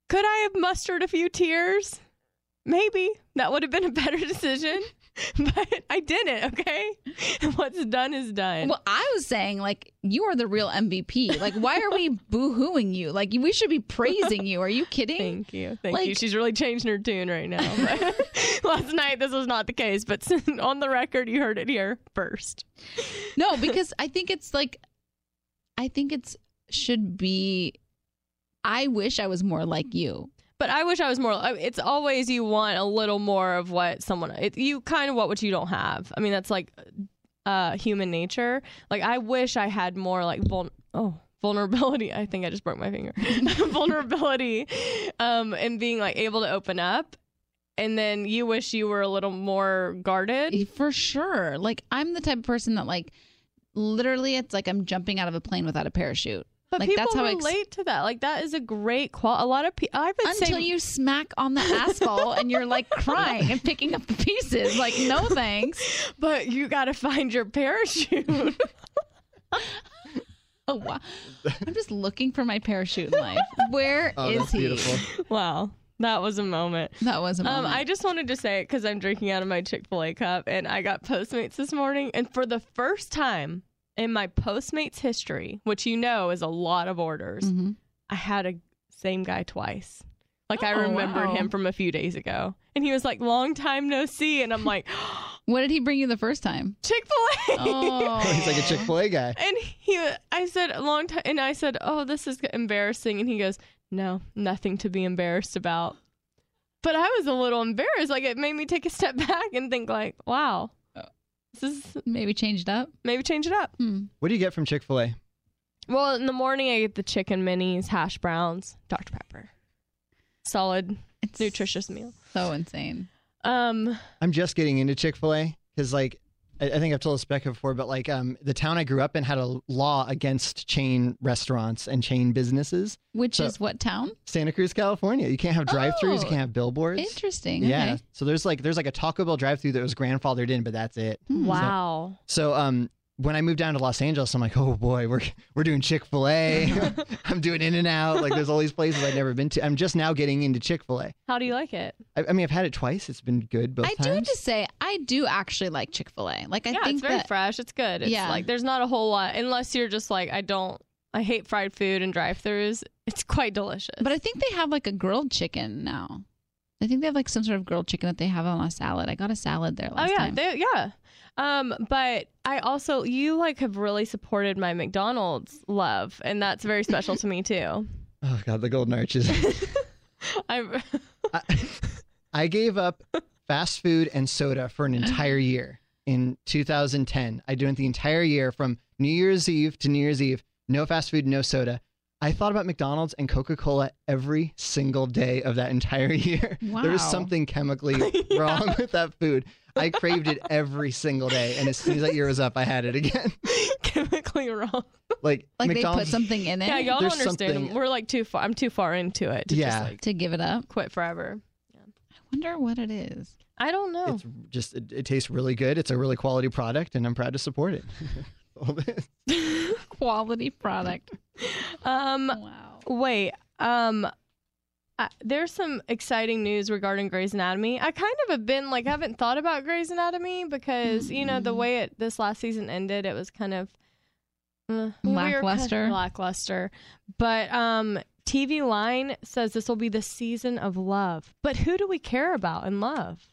S2: Could I have mustered a few tears? Maybe that would have been a better decision, but I didn't, okay? What's done is done.
S3: Well, I was saying like you are the real MVP. Like, why are we boohooing you? Like, we should be praising you. Are you kidding?
S2: Thank you. Thank you.
S3: Like-
S2: She's really changing her tune right now. Last night, this was not the case, but on the record, you heard it here first.
S3: No, because I think it's like, I think it's should be. I wish I was more like you.
S2: But I wish I was more. I- It's always you want a little more of what someone. It, you kind of want what you don't have. I mean, that's like uh, human nature. Like I wish I had more like vul- oh vulnerability. I think I just broke my finger. vulnerability, um, and being like able to open up. And then you wish you were a little more guarded.
S3: For sure. Like I'm the type of person that like literally it's like I'm jumping out of a plane without a parachute.
S2: But
S3: like
S2: people
S3: that's how I ex-
S2: relate to that. Like that is a great qual. A lot of people. I've been
S3: until
S2: saying
S3: you smack on the asphalt and you're like crying and picking up the pieces. Like no thanks.
S2: but you got to find your parachute.
S3: Oh wow. I'm just looking for my parachute in life. Where is
S4: Oh, that's
S3: he?
S4: beautiful.
S2: wow, that was a moment.
S3: That was a
S2: Um,
S3: moment.
S2: I just wanted to say it because I'm drinking out of my Chick Fil A cup, and I got Postmates this morning, and for the first time in my Postmates history, which you know is a lot of orders,
S3: Mhm.
S2: I had a same guy twice. Like I
S3: Oh,
S2: remembered
S3: wow.
S2: him from a few days ago, and he was like, "Long time no see," and I'm like,
S3: What did he bring you the first time?
S2: "Chick Fil A."
S3: Oh,
S4: He's like a Chick Fil A guy.
S2: And he, I said a long time, and I said, "Oh, this is embarrassing." And he goes, "No, nothing to be embarrassed about." But I was a little embarrassed. Like it made me take a step back and think, like, "Wow, this is
S3: Maybe changed up.
S2: maybe change it up."
S3: Hmm.
S4: What do you get from Chick Fil A?
S2: Well, in the morning I get the chicken minis, hash browns, Dr Pepper, solid,
S3: It's
S2: nutritious meal.
S3: So insane.
S2: Um,
S4: I'm just getting into Chick Fil A because, like, I, I think I've told this Becca before, but like, um, the town I grew up in had a law against chain restaurants and chain businesses.
S3: Which
S4: So-
S3: is what town?
S4: Santa Cruz, California. You can't have drive-throughs.
S3: Oh.
S4: you can't have billboards.
S3: Interesting.
S4: Yeah.
S3: Okay.
S4: So there's like there's like a Taco Bell drive-through that was grandfathered in, but that's it.
S3: Hmm.
S2: wow,
S4: So um, when I moved down to Los Angeles, I'm like, oh boy, we're we're doing Chick Fil A. I'm doing In and Out. Like, there's all these places I've never been to. I'm just now getting into Chick Fil A.
S2: How do you like it?
S4: I, I mean, I've had it twice. It's been good both
S3: I do have
S4: times.
S3: to say, I do actually like Chick Fil A. Like I
S2: yeah,
S3: think
S2: it's very
S3: that
S2: fresh. It's good. It's
S3: Yeah.
S2: like there's not a whole lot unless you're just like I don't I hate fried food and drive-throughs. It's quite delicious.
S3: But I think they have like a grilled chicken now. I think they have like some sort of grilled chicken that they have on a salad. I got a salad there
S2: oh
S3: last
S2: yeah,
S3: time.
S2: they, yeah. Um, but I also you like have really supported my McDonald's love, and that's very special to me too.
S4: oh god, the Golden Arches.
S2: I
S4: I, I gave up fast food and soda for an entire year in 2010. I did it the entire year from New Year's Eve to New Year's Eve. No fast food, no soda. I thought about McDonald's and Coca Cola every single day of that entire year. There was
S3: Wow.
S4: something chemically wrong with that food. I craved it every single day. And as soon as that year was up, I had it again.
S2: chemically wrong.
S4: Like,
S3: Like they
S4: McDonald's.
S3: put something in it
S2: Yeah, y'all
S4: There's
S2: don't understand.
S4: something-
S2: We're like too far. I'm too far into it to
S4: Yeah.
S2: just like
S3: to give it up.
S2: quit forever.
S3: I wonder what it is.
S2: I don't know.
S3: Oh.
S4: it's just, it, it tastes really good. It's a really quality product, and I'm proud to support it. All this.
S3: Quality product.
S2: Um,
S3: Wow.
S2: Wait, um, I, there's some exciting news regarding Grey's Anatomy. I kind of have been like, haven't thought about Grey's Anatomy because you know the way it this last season ended, it was kind of uh, we were kind of
S3: Lackluster.
S2: lackluster. But um, TV Line says this will be the season of love. But who do we care about in love?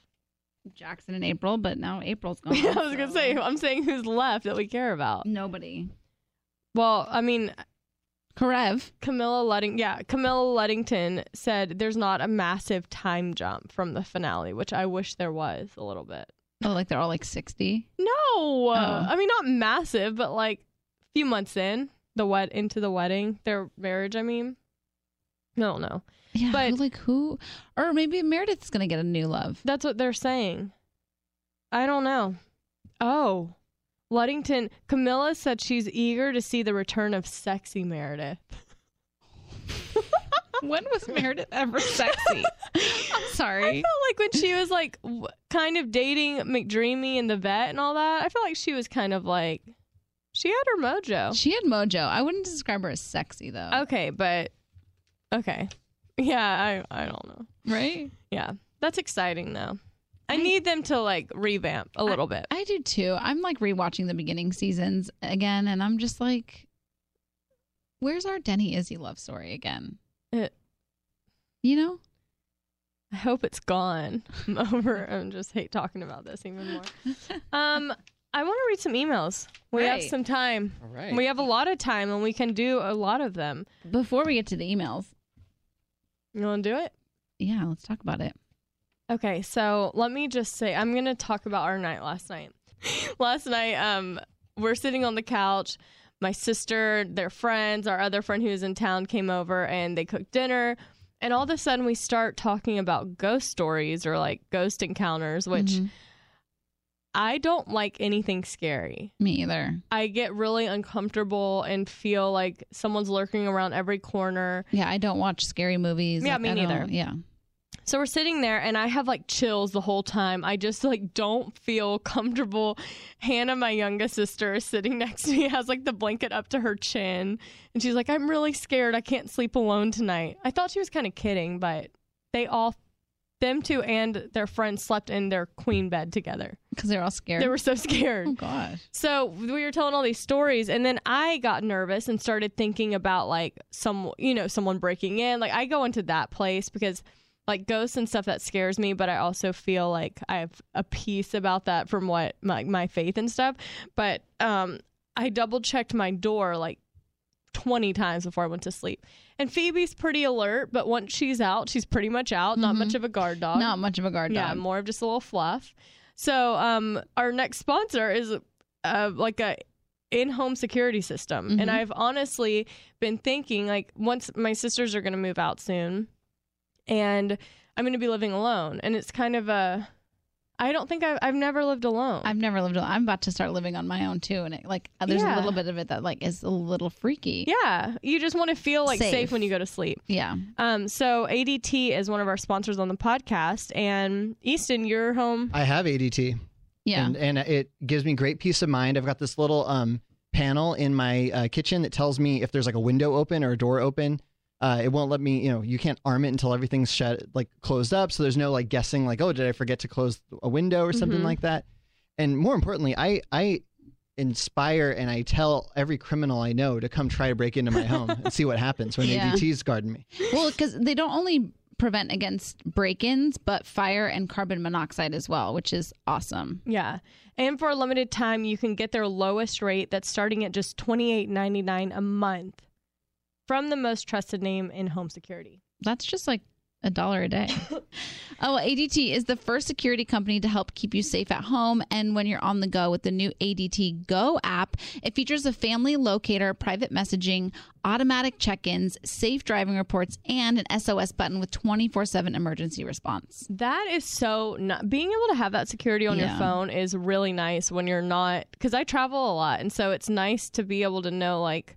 S3: Jackson and April, but now April's gone.
S2: I was gonna
S3: so
S2: say, I'm saying who's left that we care about.
S3: nobody.
S2: Well, I mean,
S3: Karev.
S2: Camilla Ludding, yeah, Camilla Luddington said there's not a massive time jump from the finale, which I wish there was a little bit.
S3: Oh, like they're all like sixty.
S2: No,
S3: Oh.
S2: I mean not massive, but like a few months in the wed into the wedding, their marriage. I mean, I don't know.
S3: Yeah,
S2: But-
S3: but like who? Or maybe Meredith's gonna get a new love.
S2: That's what they're saying. I don't know. Oh, Luddington, Camilla said she's eager to see the return of sexy Meredith.
S3: when was Meredith ever sexy? I'm
S2: I
S3: sorry.
S2: felt like when she was like w- kind of dating McDreamy and the vet and all that, I felt like she was kind of like she had her mojo.
S3: She had mojo. I wouldn't describe her as sexy though.
S2: Okay, but okay, yeah, I I don't know.
S3: Right?
S2: Yeah, that's exciting though. I
S3: I-
S2: need them to like revamp a little bit.
S3: I do too. I'm like rewatching the beginning seasons again, and I'm just like, where's our Denny Izzy love story again?
S2: It-
S3: you know?
S2: I hope it's gone. I'm over. I just hate talking about this even more. Um, I want to read some emails. We have
S3: Right.
S2: some time.
S4: All right.
S2: We have a lot of time, and we can do a lot of them.
S3: Before we get to the emails,
S2: You want to do it?
S3: yeah, let's talk about it.
S2: Okay, so let me just say I'm gonna talk about our night last night. last night, um, we're sitting on the couch. My sister, their friends, our other friend who's in town came over and they cooked dinner. And all of a sudden, we start talking about ghost stories or like ghost encounters, which
S3: Mhm.
S2: I don't like anything scary.
S3: me either.
S2: I get really uncomfortable and feel like someone's lurking around every corner.
S3: Yeah, I don't watch scary movies.
S2: Yeah,
S3: like,
S2: me
S3: I
S2: neither.
S3: don't- Yeah,
S2: So we're sitting there and I have like chills the whole time. I just like don't feel comfortable. Hannah, my youngest sister, is sitting next to me, has like the blanket up to her chin. And she's like, I'm really scared. I can't sleep alone tonight. I thought she was kind of kidding, but they all, them two and their friends slept in their queen bed together.
S3: because they're all scared.
S2: They were so scared.
S3: oh gosh.
S2: So we were telling all these stories, and then I got nervous and started thinking about like some, you know, someone breaking in. Like I go into that place because like ghosts and stuff that scares me, but I also feel like I have a piece about that from what my my faith and stuff. But um, I double checked my door like. 20 times before I went to sleep. And Phoebe's pretty alert, but once she's out, she's pretty much out. Not
S3: Mhm.
S2: much of a guard dog.
S3: Not much of a guard
S2: Yeah,
S3: dog.
S2: more of just a little fluff. So, um, our next sponsor is uh, like a in-home security system, and
S3: Mhm.
S2: I've honestly been thinking like once my sisters are going to move out soon, and I'm going to be living alone, and it's kind of a I don't think I've, I've never lived alone.
S3: I've never lived. al- I'm about to start living on my own too, and it, like there's
S2: Yeah.
S3: a little bit of it that like is a little freaky.
S2: yeah, you just want to feel like safe.
S3: Safe.
S2: when you go to sleep.
S3: Yeah.
S2: Um, so ADT is one of our sponsors on the podcast, and Easton, you're home.
S4: I have ADT.
S3: Yeah.
S4: and and it gives me great peace of mind. I've got this little um panel in my uh, kitchen that tells me if there's like a window open or a door open. Uh, it won't let me, you know, you can't arm it until everything's shut, like closed up. So there's no like guessing, like, oh, did I forget to close a window or something
S2: Mhm.
S3: Mm-hmm.
S4: like that. And more importantly, I I inspire and I tell every criminal I know to come try to break into my home and see what happens when
S3: Yeah.
S4: ADTs guarding me.
S3: Well, because they don't only prevent against break-ins, but fire and carbon monoxide as well, which is awesome.
S2: Yeah. And for a limited time, you can get their lowest rate that's starting at just twenty eight ninety nine a month from the most trusted name in home security.
S3: That's just like a dollar a day. oh, well, ADT is the first security company to help keep you safe at home and when you're on the go with the new ADT Go app. It features a family locator, private messaging, automatic check-ins, safe driving reports, and an SOS button with 24/7 emergency response.
S2: That is so not being able to have that security on your
S3: Yeah.
S2: phone is really nice when you're not because I travel a lot, and so it's nice to be able to know like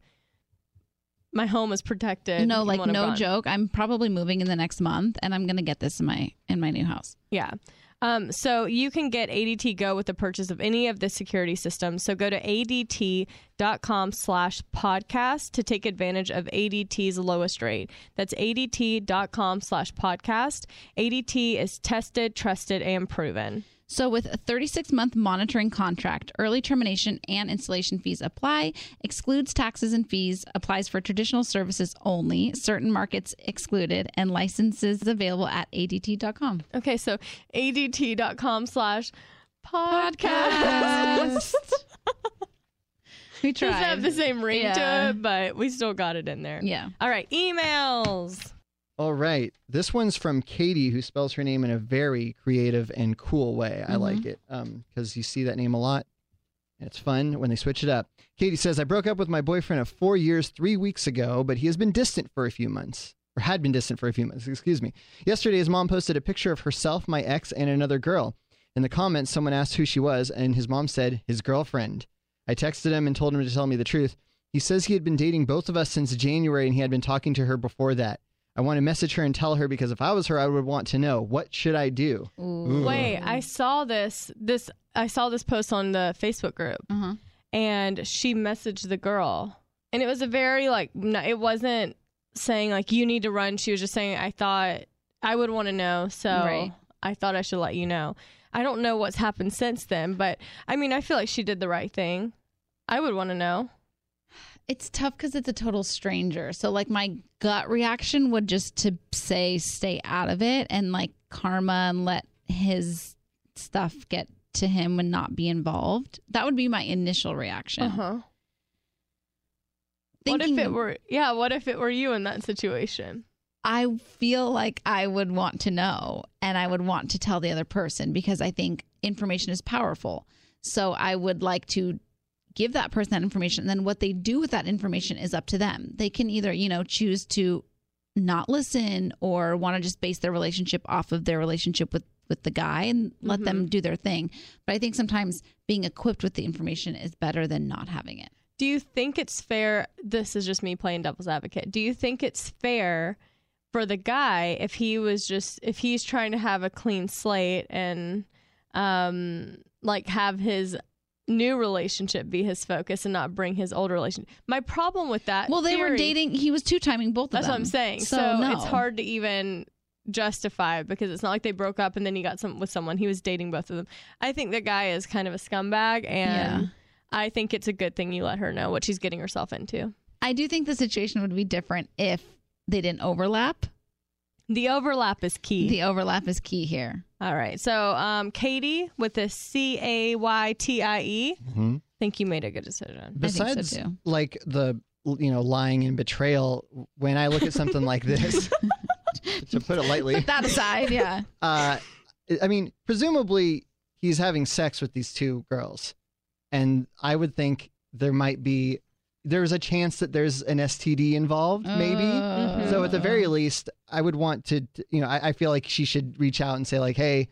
S2: my home is protected.
S3: no,
S2: even
S3: like
S2: when I'm
S3: no
S2: gone.
S3: joke. I'm probably moving in the next month and I'm going to get this in my in my new house.
S2: Yeah. Um, so you can get ADT Go with the purchase of any of the security systems. So go to ADT.com slash podcast to take advantage of ADT's lowest rate. That's ADT.com slash podcast. ADT is tested, trusted, and proven.
S3: So, with a 36 month monitoring contract, early termination and installation fees apply, excludes taxes and fees, applies for traditional services only, certain markets excluded, and licenses available at ADT.com.
S2: Okay, so ADT.com slash podcast.
S3: Podcast. we
S2: Doesn't have
S3: tried.
S2: the same ring
S3: Yeah.
S2: to it, but we still got it in there.
S3: Yeah.
S2: All right, emails.
S4: All right. This one's from Katie, who spells her name in a very creative and cool way. I like it because you see that name a lot. and It's fun when they switch it up. Katie says, I broke up with my boyfriend of four years, three weeks ago, but he has been distant for a few months, or had been distant for a few months, excuse me. Yesterday, his mom posted a picture of herself, my ex, and another girl. In the comments, someone asked who she was, and his mom said, his girlfriend. I texted him and told him to tell me the truth. He says he had been dating both of us since January and he had been talking to her before that. I want to message her and tell her because if I was her, I would want to know what should I do. Ooh.
S2: Wait, I saw this. This I saw this post on the Facebook group.
S3: Uh-huh.
S2: and she messaged the girl and it was a very like no, it wasn't saying like you need to run she was just saying i thought i would want to know so
S3: Right.
S2: i thought i should let you know i don't know what's happened since then but i mean i feel like she did the right thing i would want to know
S3: It's tough because it's a total stranger. So, like, my gut reaction would just to say, stay out of it and like karma and let his stuff get to him and not be involved. That would be my initial reaction.
S2: Uh-huh.
S3: Thinking,
S2: what if it were yeah what if it were you in that situation
S3: I feel like I would want to know and I would want to tell the other person because I think information is powerful. So, I would like to give that person that information. And then what they do with that information is up to them. They can either, you know, choose to not listen or want to just base their relationship off of their relationship with with the guy and let
S2: Mm-hmm.
S3: them do their thing. But I think sometimes being equipped with the information is better than not having it.
S2: do you think it's fair this is just me playing devil's advocate do you think it's fair for the guy if he was just if he's trying to have a clean slate and um like have his new relationship be his focus and not bring his old relationship my problem with that
S3: Well, they were
S2: theory-
S3: dating. He was two timing both
S2: that's
S3: of them.
S2: what i'm saying so,
S3: no.
S2: it's hard to even justify because it's not like they broke up and then he got some with someone he was dating both of them i think the guy is kind of a scumbag and
S3: Yeah.
S2: i think it's a good thing you let her know what she's getting herself into
S3: I do think the situation would be different if they didn't overlap.
S2: The overlap is key.
S3: The overlap is key here.
S2: All right. So, um, Katie with the C A Y T I E. I
S4: Mhm.
S2: think you made a good decision.
S3: I think so,
S4: Besides,
S3: too.
S4: like the you know lying and betrayal, when I look at something like this, to put it lightly,
S3: That aside, yeah.
S4: uh, I mean, presumably he's having sex with these two girls, and I would think there might be there's a chance that there's an STD involved, maybe.
S3: Uh,
S4: So at
S2: Mm-hmm.
S4: the very least, I would want to, you know, I, I feel like she should reach out and say like, hey,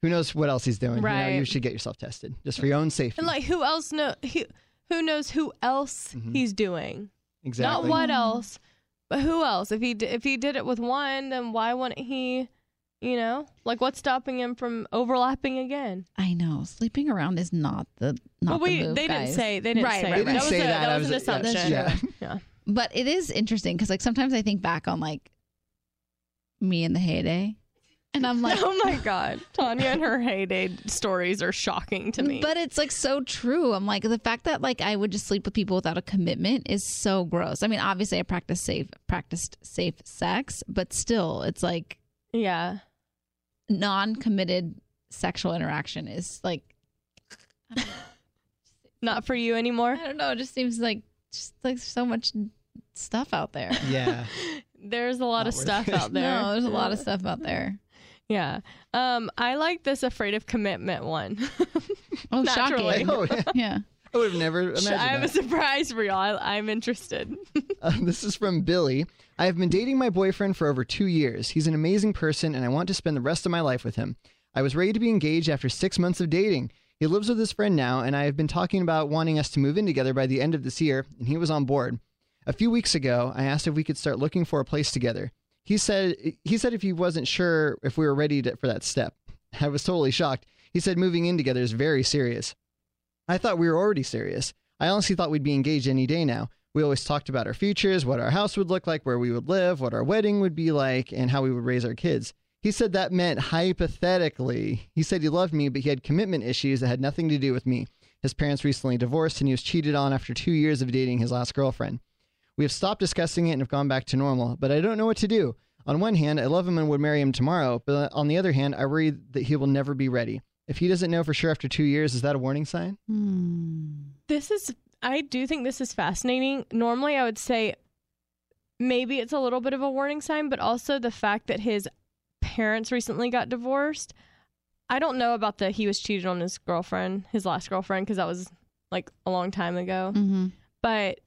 S4: who knows what else he's doing? You, know, you
S2: Right.
S4: should get yourself tested just for your own safety.
S2: And like, who else know? Who, who knows who else
S4: Mhm.
S2: he's doing?
S4: exactly.
S2: Not what else, but who else? If he d- if he did it with one, then why wouldn't he You know, like what's stopping him from overlapping again?
S3: I know sleeping around is not the
S2: Well,
S3: not
S2: we
S3: the move,
S2: they
S3: guys.
S2: didn't say they didn't
S3: Right,
S2: say
S3: right, They didn't
S2: that was
S4: say
S2: a,
S4: that. I
S2: was an
S4: was- yeah,
S2: assumption.
S4: yeah.
S2: yeah.
S3: But it is interesting because like sometimes I think back on like me in the heyday, and I'm like,
S2: oh my god, Tanya and her heyday stories are shocking to me.
S3: But it's like so true. I'm like the fact that like I would just sleep with people without a commitment is so gross. I mean, obviously I practice safe practiced safe sex, but still it's like
S2: yeah,
S3: non-committed sexual interaction is like
S2: not for you
S3: I
S2: anymore.
S3: don't know, it just seems like just like so much stuff out there.
S4: Yeah.
S2: There's a lot
S4: Not
S2: of
S4: worth
S2: stuff
S4: it.
S2: out there.
S3: No, there's a lot of stuff out there.
S2: Yeah. Um, I like this afraid of commitment one.
S3: Oh,
S2: Naturally.
S3: shocking.
S4: oh, yeah.
S3: Yeah.
S4: I would have never imagined
S2: I have a
S4: that.
S2: surprise for y'all. I, I'm interested.
S4: Uh, this is from Billy. I have been dating my boyfriend for over two years. He's an amazing person, and I want to spend the rest of my life with him. I was ready to be engaged after six months of dating. He lives with his friend now, and I have been talking about wanting us to move in together by the end of this year, and he was on board. A few weeks ago, I asked if we could start looking for a place together. He said he said if he wasn't sure if we were ready to, for that step. I was totally shocked. He said moving in together is very serious. I thought we were already serious. I honestly thought we'd be engaged any day now. We always talked about our futures, what our house would look like, where we would live, what our wedding would be like, and how we would raise our kids. He said that meant hypothetically. He said he loved me, but he had commitment issues that had nothing to do with me. His parents recently divorced, and he was cheated on after two years of dating his last girlfriend. We have stopped discussing it and have gone back to normal, but I don't know what to do. On one hand, I love him and would marry him tomorrow, but on the other hand, I worry that he will never be ready. If he doesn't know for sure after two years, is that a warning sign?
S3: Hmm.
S2: This is, I do think this is fascinating. Normally, I would say maybe it's a little bit of a warning sign, but also the fact that his parents recently got divorced. I don't know about the he was cheated on his girlfriend, his last girlfriend, because that was like a long time ago.
S3: Mhm.
S2: but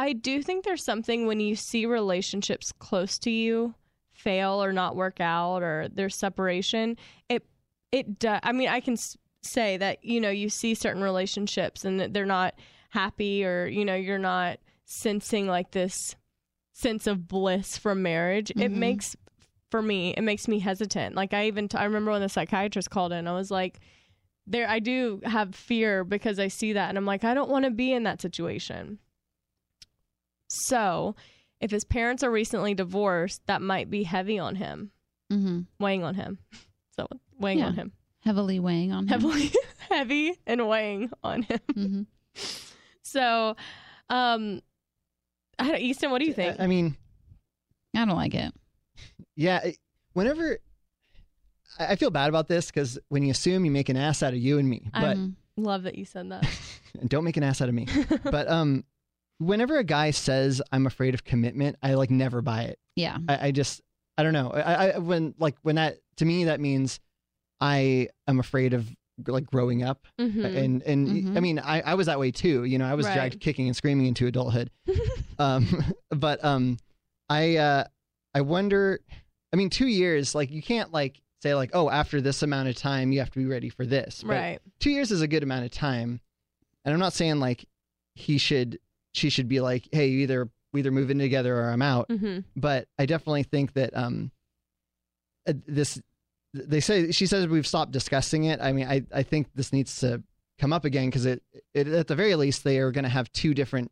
S2: I do think there's something when you see relationships close to you fail or not work out or there's separation. It it do, I mean I can s- say that you know you see certain relationships and that they're not happy or you know you're not sensing like this sense of bliss from marriage. It
S3: Mhm.
S2: makes for me it makes me hesitant. Like I even t- I remember when the psychiatrist called in I was like there I do have fear because I see that and I'm like I don't want to be in that situation. So, if his parents are recently divorced, that might be heavy on him,
S3: Mhm.
S2: weighing on him. So, weighing on
S3: Yeah.
S2: him.
S3: Heavily weighing on him.
S2: Heavily heavy and weighing on him.
S3: Mhm.
S2: So, um I don't, Easton, what do you think?
S4: I, I mean,
S3: I don't like it.
S4: yeah. it- Whenever I I feel bad about this because when you assume, you make an ass out of you and me. But
S3: Mhm.
S2: Love that you said that.
S4: don't make an ass out of me. but um, whenever a guy says I'm afraid of commitment, I like never buy it.
S3: yeah.
S2: Mm-hmm.
S4: I, I just I don't know. I, I when like when that to me that means I am afraid of like growing up
S2: Mhm.
S4: and and
S3: Mhm.
S4: I mean I, I was that way too. You know, I was
S2: Right.
S4: dragged kicking and screaming into adulthood. um, but um, I uh, I wonder. I mean, two years like you can't like say like oh after this amount of time you have to be ready for this. But
S2: right.
S4: Two years is a good amount of time, and I'm not saying like he should she should be like hey you either we either move in together or I'm out
S2: Mhm.
S4: but I definitely think that um, uh, this they say she says we've stopped discussing it. I mean, I I think this needs to come up again because it, it at the very least they are going to have two different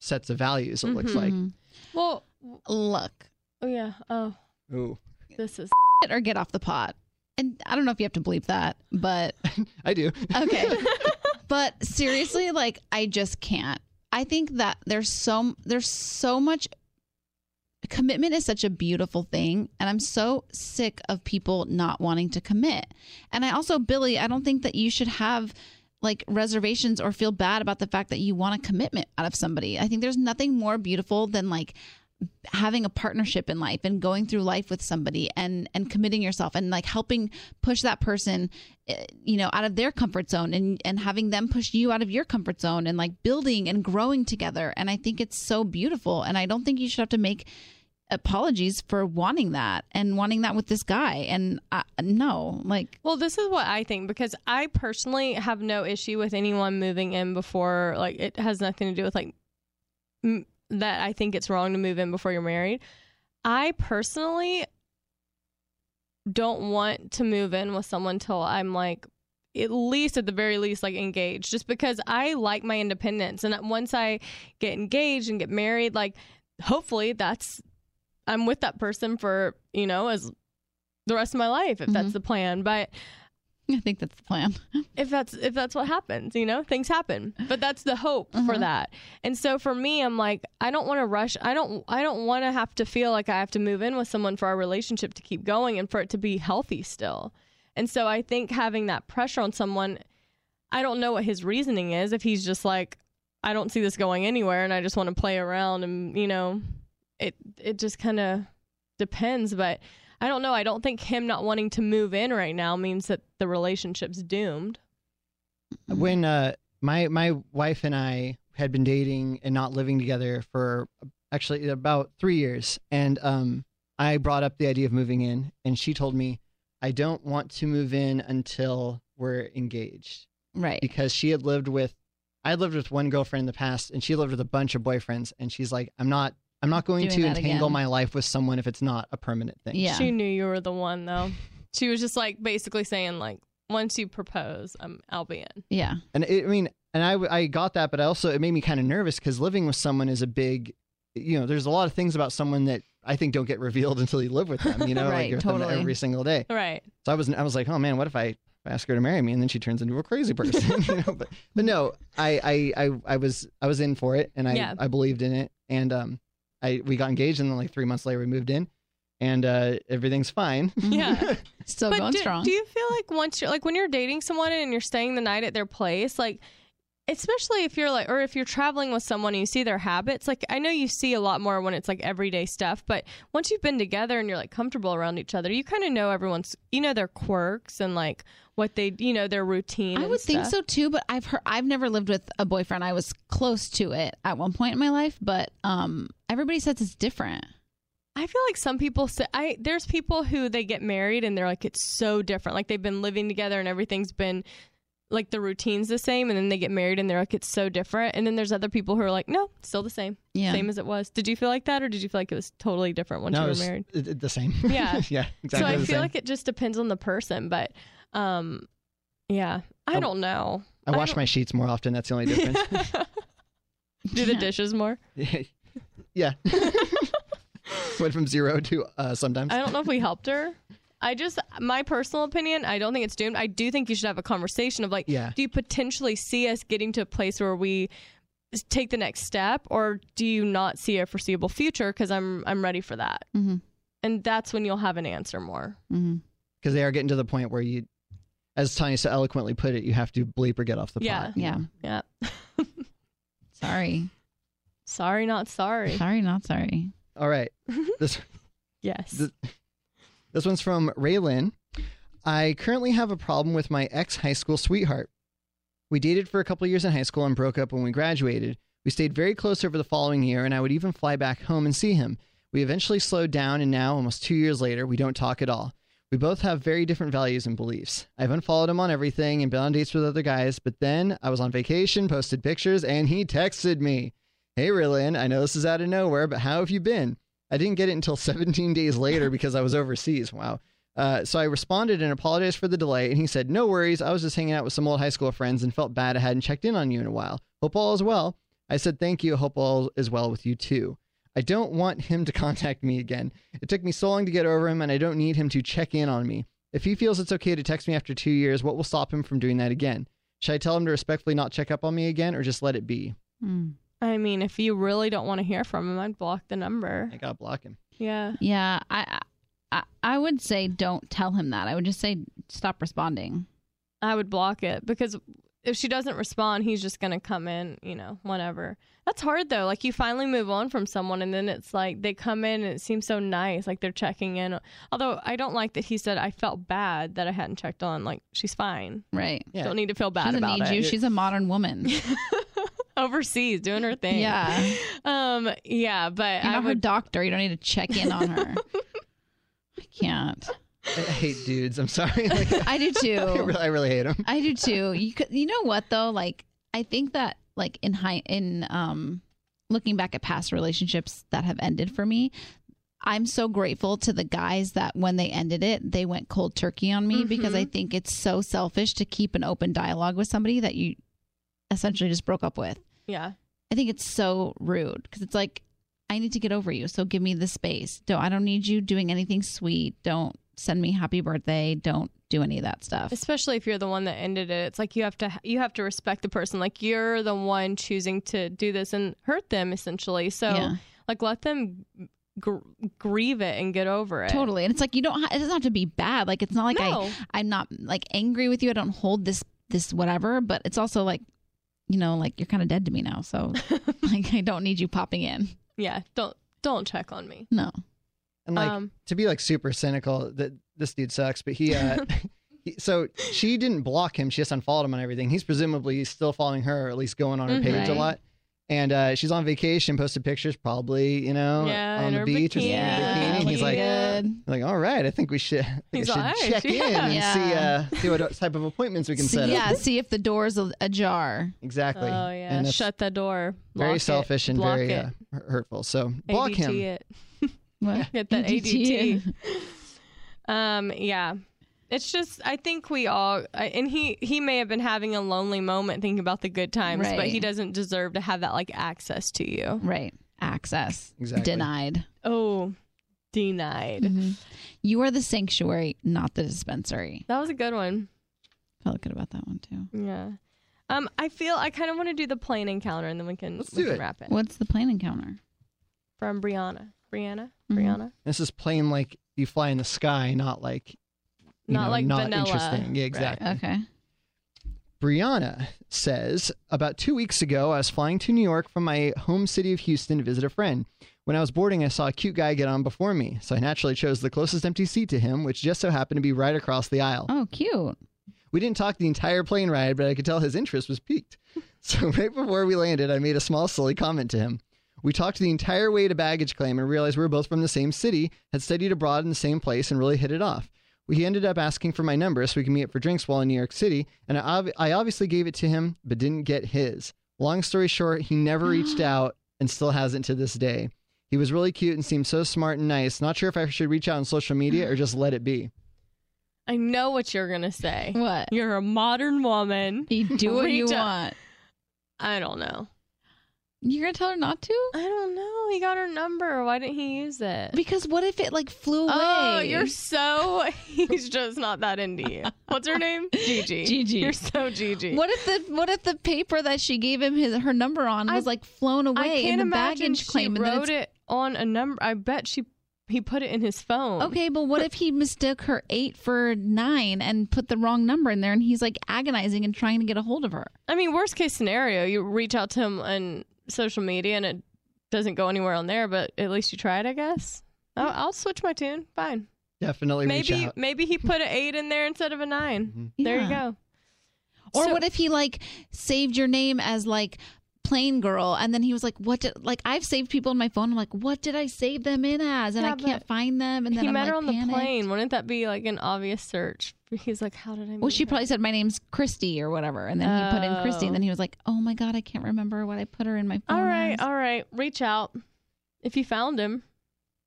S4: sets of values. It looks like.
S3: Mhm.
S2: Well,
S3: look
S2: oh yeah. Oh,
S4: Ooh,
S2: this is
S3: it or get off the pot. And I don't know if you have to bleep that, but
S4: I do.
S3: okay. but seriously, like I just can't. I think that there's so there's so much commitment is such a beautiful thing and I'm so sick of people not wanting to commit. And I also Billy, I don't think that you should have like reservations or feel bad about the fact that you want a commitment out of somebody. I think there's nothing more beautiful than like having a partnership in life and going through life with somebody and and committing yourself and like helping push that person eh, you know out of their comfort zone and and having them push you out of your comfort zone and like building and growing together and I think it's so beautiful and I don't think you should have to make apologies for wanting that and wanting that with this guy and I, no like
S2: Well, this is what I think because I personally have no issue with anyone moving in before, like, it has nothing to do with, like, m- that I think it's wrong to move in before you're married. I personally don't want to move in with someone till I'm like at least at the very least like engaged just because I like my independence and once I get engaged and get married like hopefully that's I'm with that person for you know as the rest of my life if that's the plan but
S3: I think that's the plan.
S2: if that's if that's what happens you know things happen but that's the hope for that and so for me i'm like i don't want to rush i don't i don't want to have to feel like i have to move in with someone for our relationship to keep going and for it to be healthy still and so i think having that pressure on someone i don't know what his reasoning is if he's just like i don't see this going anywhere and i just want to play around and you know it it just kind of depends but i don't know i don't think him not wanting to move in right now means that the relationship's doomed
S4: when uh my my wife and I had been dating and not living together for actually about 3 years and um I brought up the idea of moving in and she told me I don't want to move in until we're engaged
S3: Right.
S4: because she had lived with I had lived with one girlfriend in the past and she lived with a bunch of boyfriends and she's like I'm not I'm not going
S3: Doing
S4: to
S3: that
S4: entangle
S3: again.
S4: my life with someone if it's not a permanent thing.
S3: Yeah.
S2: She knew you were the one though. She was just like basically saying like once you propose, I'm I'll be in.
S3: Yeah.
S4: And it, I mean, and I, w- I got that, but I also, it made me kind of nervous because living with someone is a big, you know, there's a lot of things about someone that I think don't get revealed until you live with them, you know, like
S3: Right,
S4: you're with them
S3: totally.
S4: every single day.
S2: Right.
S4: So I was, I was like, oh man, what if I, if I ask her to marry me and then she turns into a crazy person, you know, but, but no, I, I, I, I was, I was in for it and I,
S2: Yeah.
S4: I believed in it. And, um, I, we got engaged and then like three months later we moved in and, uh, everything's fine.
S2: Yeah.
S3: Mm-hmm. Still going
S2: do,
S3: strong.
S2: do you feel like once you're like when you're dating someone and you're staying the night at their place, like especially if you're like or if you're traveling with someone and you see their habits, like I know you see a lot more when it's like everyday stuff, but once you've been together and you're like comfortable around each other, you kind of know everyone's you know their quirks and like what they you know their routine.
S3: I
S2: and
S3: would think
S2: stuff.
S3: so too, but I've heard I've never lived with a boyfriend. I was close to it at one point in my life, but um everybody says it's different.
S2: I feel like some people say I there's people who they get married and they're like it's so different. Like they've been living together and everything's been like the routine's the same and then they get married and they're like it's so different. And then there's other people who are like no, still the same.
S3: Yeah.
S2: Same as it was. Did you feel like that or did you feel like it was totally different once
S4: no,
S2: you
S4: it
S2: were
S4: was
S2: married?
S4: it- it- the same.
S2: Yeah.
S4: yeah.
S2: So
S4: Exactly.
S2: I
S4: the
S2: feel
S4: same.
S2: like it just depends on the person, but um yeah, I
S4: I-
S2: don't know.
S4: I
S2: I
S4: wash
S2: don't-
S4: my sheets more often. That's the only difference.
S2: Do the dishes more.
S4: yeah. Went from zero to uh, sometimes.
S2: I don't know if we helped her. I just, my personal opinion, I don't think it's doomed. I do think you should have a conversation of like,
S4: Yeah.
S2: do you potentially see us getting to a place where we s- take the next step, or do you not see a foreseeable future? Because I'm, I'm ready for that,
S3: Mm-hmm.
S2: and that's when you'll have an answer more.
S3: Mm-hmm.
S4: Because they are getting to the point where you, as Tanya so eloquently put it, you have to bleep or get off the
S2: Yeah.
S4: pot.
S3: Yeah.
S2: Yeah.
S3: Sorry.
S2: Sorry, not sorry.
S3: Sorry, not sorry.
S4: All right. This
S2: Yes.
S4: The- this one's from Raylan. I currently have a problem with my ex high school sweetheart. We dated for a couple of years in high school and broke up when we graduated. We stayed very close over the following year, and I would even fly back home and see him. We eventually slowed down, and now, almost two years later, we don't talk at all. We both have very different values and beliefs. I've unfollowed him on everything and been on dates with other guys, but then I was on vacation, posted pictures, and he texted me. Hey, Rylan, I know this is out of nowhere, but how have you been? I didn't get it until 17 days later because I was overseas. Wow. Uh, so I responded and apologized for the delay, and he said, No worries. I was just hanging out with some old high school friends and felt bad I hadn't checked in on you in a while. Hope all is well. I said, Thank you. Hope all is well with you too. I don't want him to contact me again. It took me so long to get over him, and I don't need him to check in on me. If he feels it's okay to text me after two years, what will stop him from doing that again? Should I tell him to respectfully not check up on me again or just let it be?
S3: Mm.
S2: I mean, if you really don't want to hear from him, I'd block the number.
S4: I gotta block him.
S2: Yeah.
S3: Yeah, I, I I would say don't tell him that. I would just say stop responding.
S2: I would block it because if she doesn't respond, he's just gonna come in, you know, whenever. That's hard though. Like you finally move on from someone, and then it's like they come in and it seems so nice, like they're checking in. Although I don't like that he said I felt bad that I hadn't checked on. Like she's fine.
S3: Right.
S4: Yeah.
S2: Don't e- need to feel
S3: She
S2: bad
S3: doesn't
S2: about
S3: need
S2: it.
S3: you. She's a modern woman.
S2: Overseas doing her thing.
S3: Yeah.
S2: Um. Yeah. But
S3: You're
S2: I
S3: not her
S2: would.
S3: doctor. You don't need to check in on her. I can't.
S4: I I hate dudes. I'm sorry. Like,
S3: I do
S4: I,
S3: too.
S4: really, I really hate him.
S3: I do too. You could, you know what though? Like I think that like in high in um looking back at past relationships that have ended for me, I'm so grateful to the guys that when they ended it, they went cold turkey on me because I think it's so selfish to keep an open dialogue with somebody that you essentially just broke up with.
S2: Yeah.
S3: I think it's so rude because it's like, I need to get over you. So give me the space. Don't, I don't need you doing anything sweet. Don't send me happy birthday. Don't do any of that stuff.
S2: Especially if you're the one that ended it. It's like you have to you have to respect the person. Like you're the one choosing to do this and hurt them essentially. So
S3: Yeah.
S2: like let them gr- grieve it and get over it.
S3: Totally. And it's like, you don't, ha- it doesn't have to be bad. Like, it's not like I,
S2: no.
S3: I'm not like angry with you. I don't hold this this whatever, but it's also like, you know, like you're kind of dead to me now. So like I don't need you popping in.
S2: yeah, don't don't check on me.
S3: No.
S4: And like
S2: um
S4: to be like super cynical, that this dude sucks, but he uh he- So she didn't block him. She just unfollowed him on everything. He's presumably still following her, or at least going on her
S2: Mhm.
S4: page a
S3: Right.
S4: lot. And uh, she's on vacation, posted pictures, probably you know,
S2: Yeah, in
S4: on the
S2: her
S4: beach
S2: bikini.
S4: or something.
S2: Yeah,
S4: in a bikini. He's like,
S3: good.
S4: like, all right, I think we should, I think
S2: He's
S4: I should
S2: like, "All right,
S4: check
S2: yeah."
S4: in and
S3: Yeah.
S4: see uh, see what type of appointments we can
S3: See,
S4: set up.
S3: yeah, see if the door's a- ajar.
S4: Exactly.
S2: Oh yeah.
S4: And it's
S2: Shut the door. Block
S4: very
S2: it.
S4: selfish and
S2: Block
S4: very
S2: it.
S4: uh, hurtful. So block
S2: ADT
S4: him.
S2: It.
S3: What?
S2: Get that
S3: ADT.
S2: ADT. um, yeah. It's just I think we all I- and he he may have been having a lonely moment thinking about the good times, but
S3: Right.
S2: he doesn't deserve to have that like access to you.
S3: Right. Access.
S4: Exactly.
S3: Denied. Mm-hmm.
S2: Oh, denied.
S3: You are the sanctuary, not the dispensary.
S2: That was a good one.
S3: Felt good about that one too.
S2: Yeah. Um, I feel I kind of want to do the plane encounter and then we can
S4: Let's
S2: we
S4: do
S2: can
S4: it.
S2: wrap it
S3: What's the plane encounter?
S2: from Brianna. Brianna,
S3: Mhm.
S2: Brianna,
S4: This is plain like you fly in the sky, not like you
S2: not
S4: know,
S2: like
S4: not
S2: vanilla.
S4: interesting. Yeah, exactly.
S3: Okay.
S4: Brianna says, about two weeks ago, I was flying to New York from my home city of Houston to visit a friend. When I was boarding, I saw a cute guy get on before me, so I naturally chose the closest empty seat to him, which just so happened to be right across the aisle.
S3: Oh, cute.
S4: We didn't talk the entire plane ride, but I could tell his interest was piqued. So right before we landed, I made a small silly comment to him. We talked the entire way to baggage claim and realized we were both from the same city, had studied abroad in the same place, and really hit it off. We ended up asking for my number so we could meet up for drinks while in New York City, and I, ob- I obviously gave it to him, but didn't get his. Long story short, he never reached out and still hasn't to this day. He was really cute and seemed so smart and nice. Not sure if I should reach out on social media or just let it be.
S2: I know what you're gonna say.
S3: What?
S2: You're a modern woman.
S3: You do what you
S2: Rita.
S3: want.
S2: I don't know.
S3: You're gonna tell her not to?
S2: I don't know. He got her number. Why didn't he use it?
S3: Because what if it like flew away?
S2: Oh, you're so. He's just not that into you. What's her name? Gigi.
S3: Gigi.
S2: You're so Gigi.
S3: What if the what if the paper that she gave him his her number on was
S2: I-
S3: like flown
S2: I
S3: away
S2: can't
S3: in the
S2: imagine
S3: baggage
S2: she
S3: claim? and then
S2: wrote
S3: it's-
S2: it on a number. I bet she he put it in his phone.
S3: Okay, but what if he mistook her eight for nine and put the wrong number in there, and he's like agonizing and trying to get a hold of her?
S2: I mean, worst case scenario, you reach out to him on social media and it doesn't go anywhere on there. But at least you tried, I guess. I'll, I'll switch my tune. Fine.
S4: Definitely reach
S2: Maybe
S4: out. Mm-hmm.
S2: maybe he put an eight in there instead of a 9 There you
S3: Yeah.
S2: go.
S3: Or
S2: So-
S3: what if he like saved your name as like plain girl, and then he was like, "What? Did, like I've saved people in my phone. I'm like, what did I save them in as? And
S2: Yeah,
S3: I can't
S2: but
S3: find them. And then
S2: he
S3: I'm
S2: met
S3: like,
S2: her on
S3: panicked.
S2: the plane. Wouldn't that be like an obvious search? He's like, how did I?
S3: Well,
S2: meet
S3: she
S2: her?
S3: probably said my name's Christy or whatever, and then he put in Christy,
S2: Oh.
S3: and then he was like, "Oh my god, I can't remember what I put her in my phone."
S2: All right,
S3: as."
S2: all right. Reach out if you found him.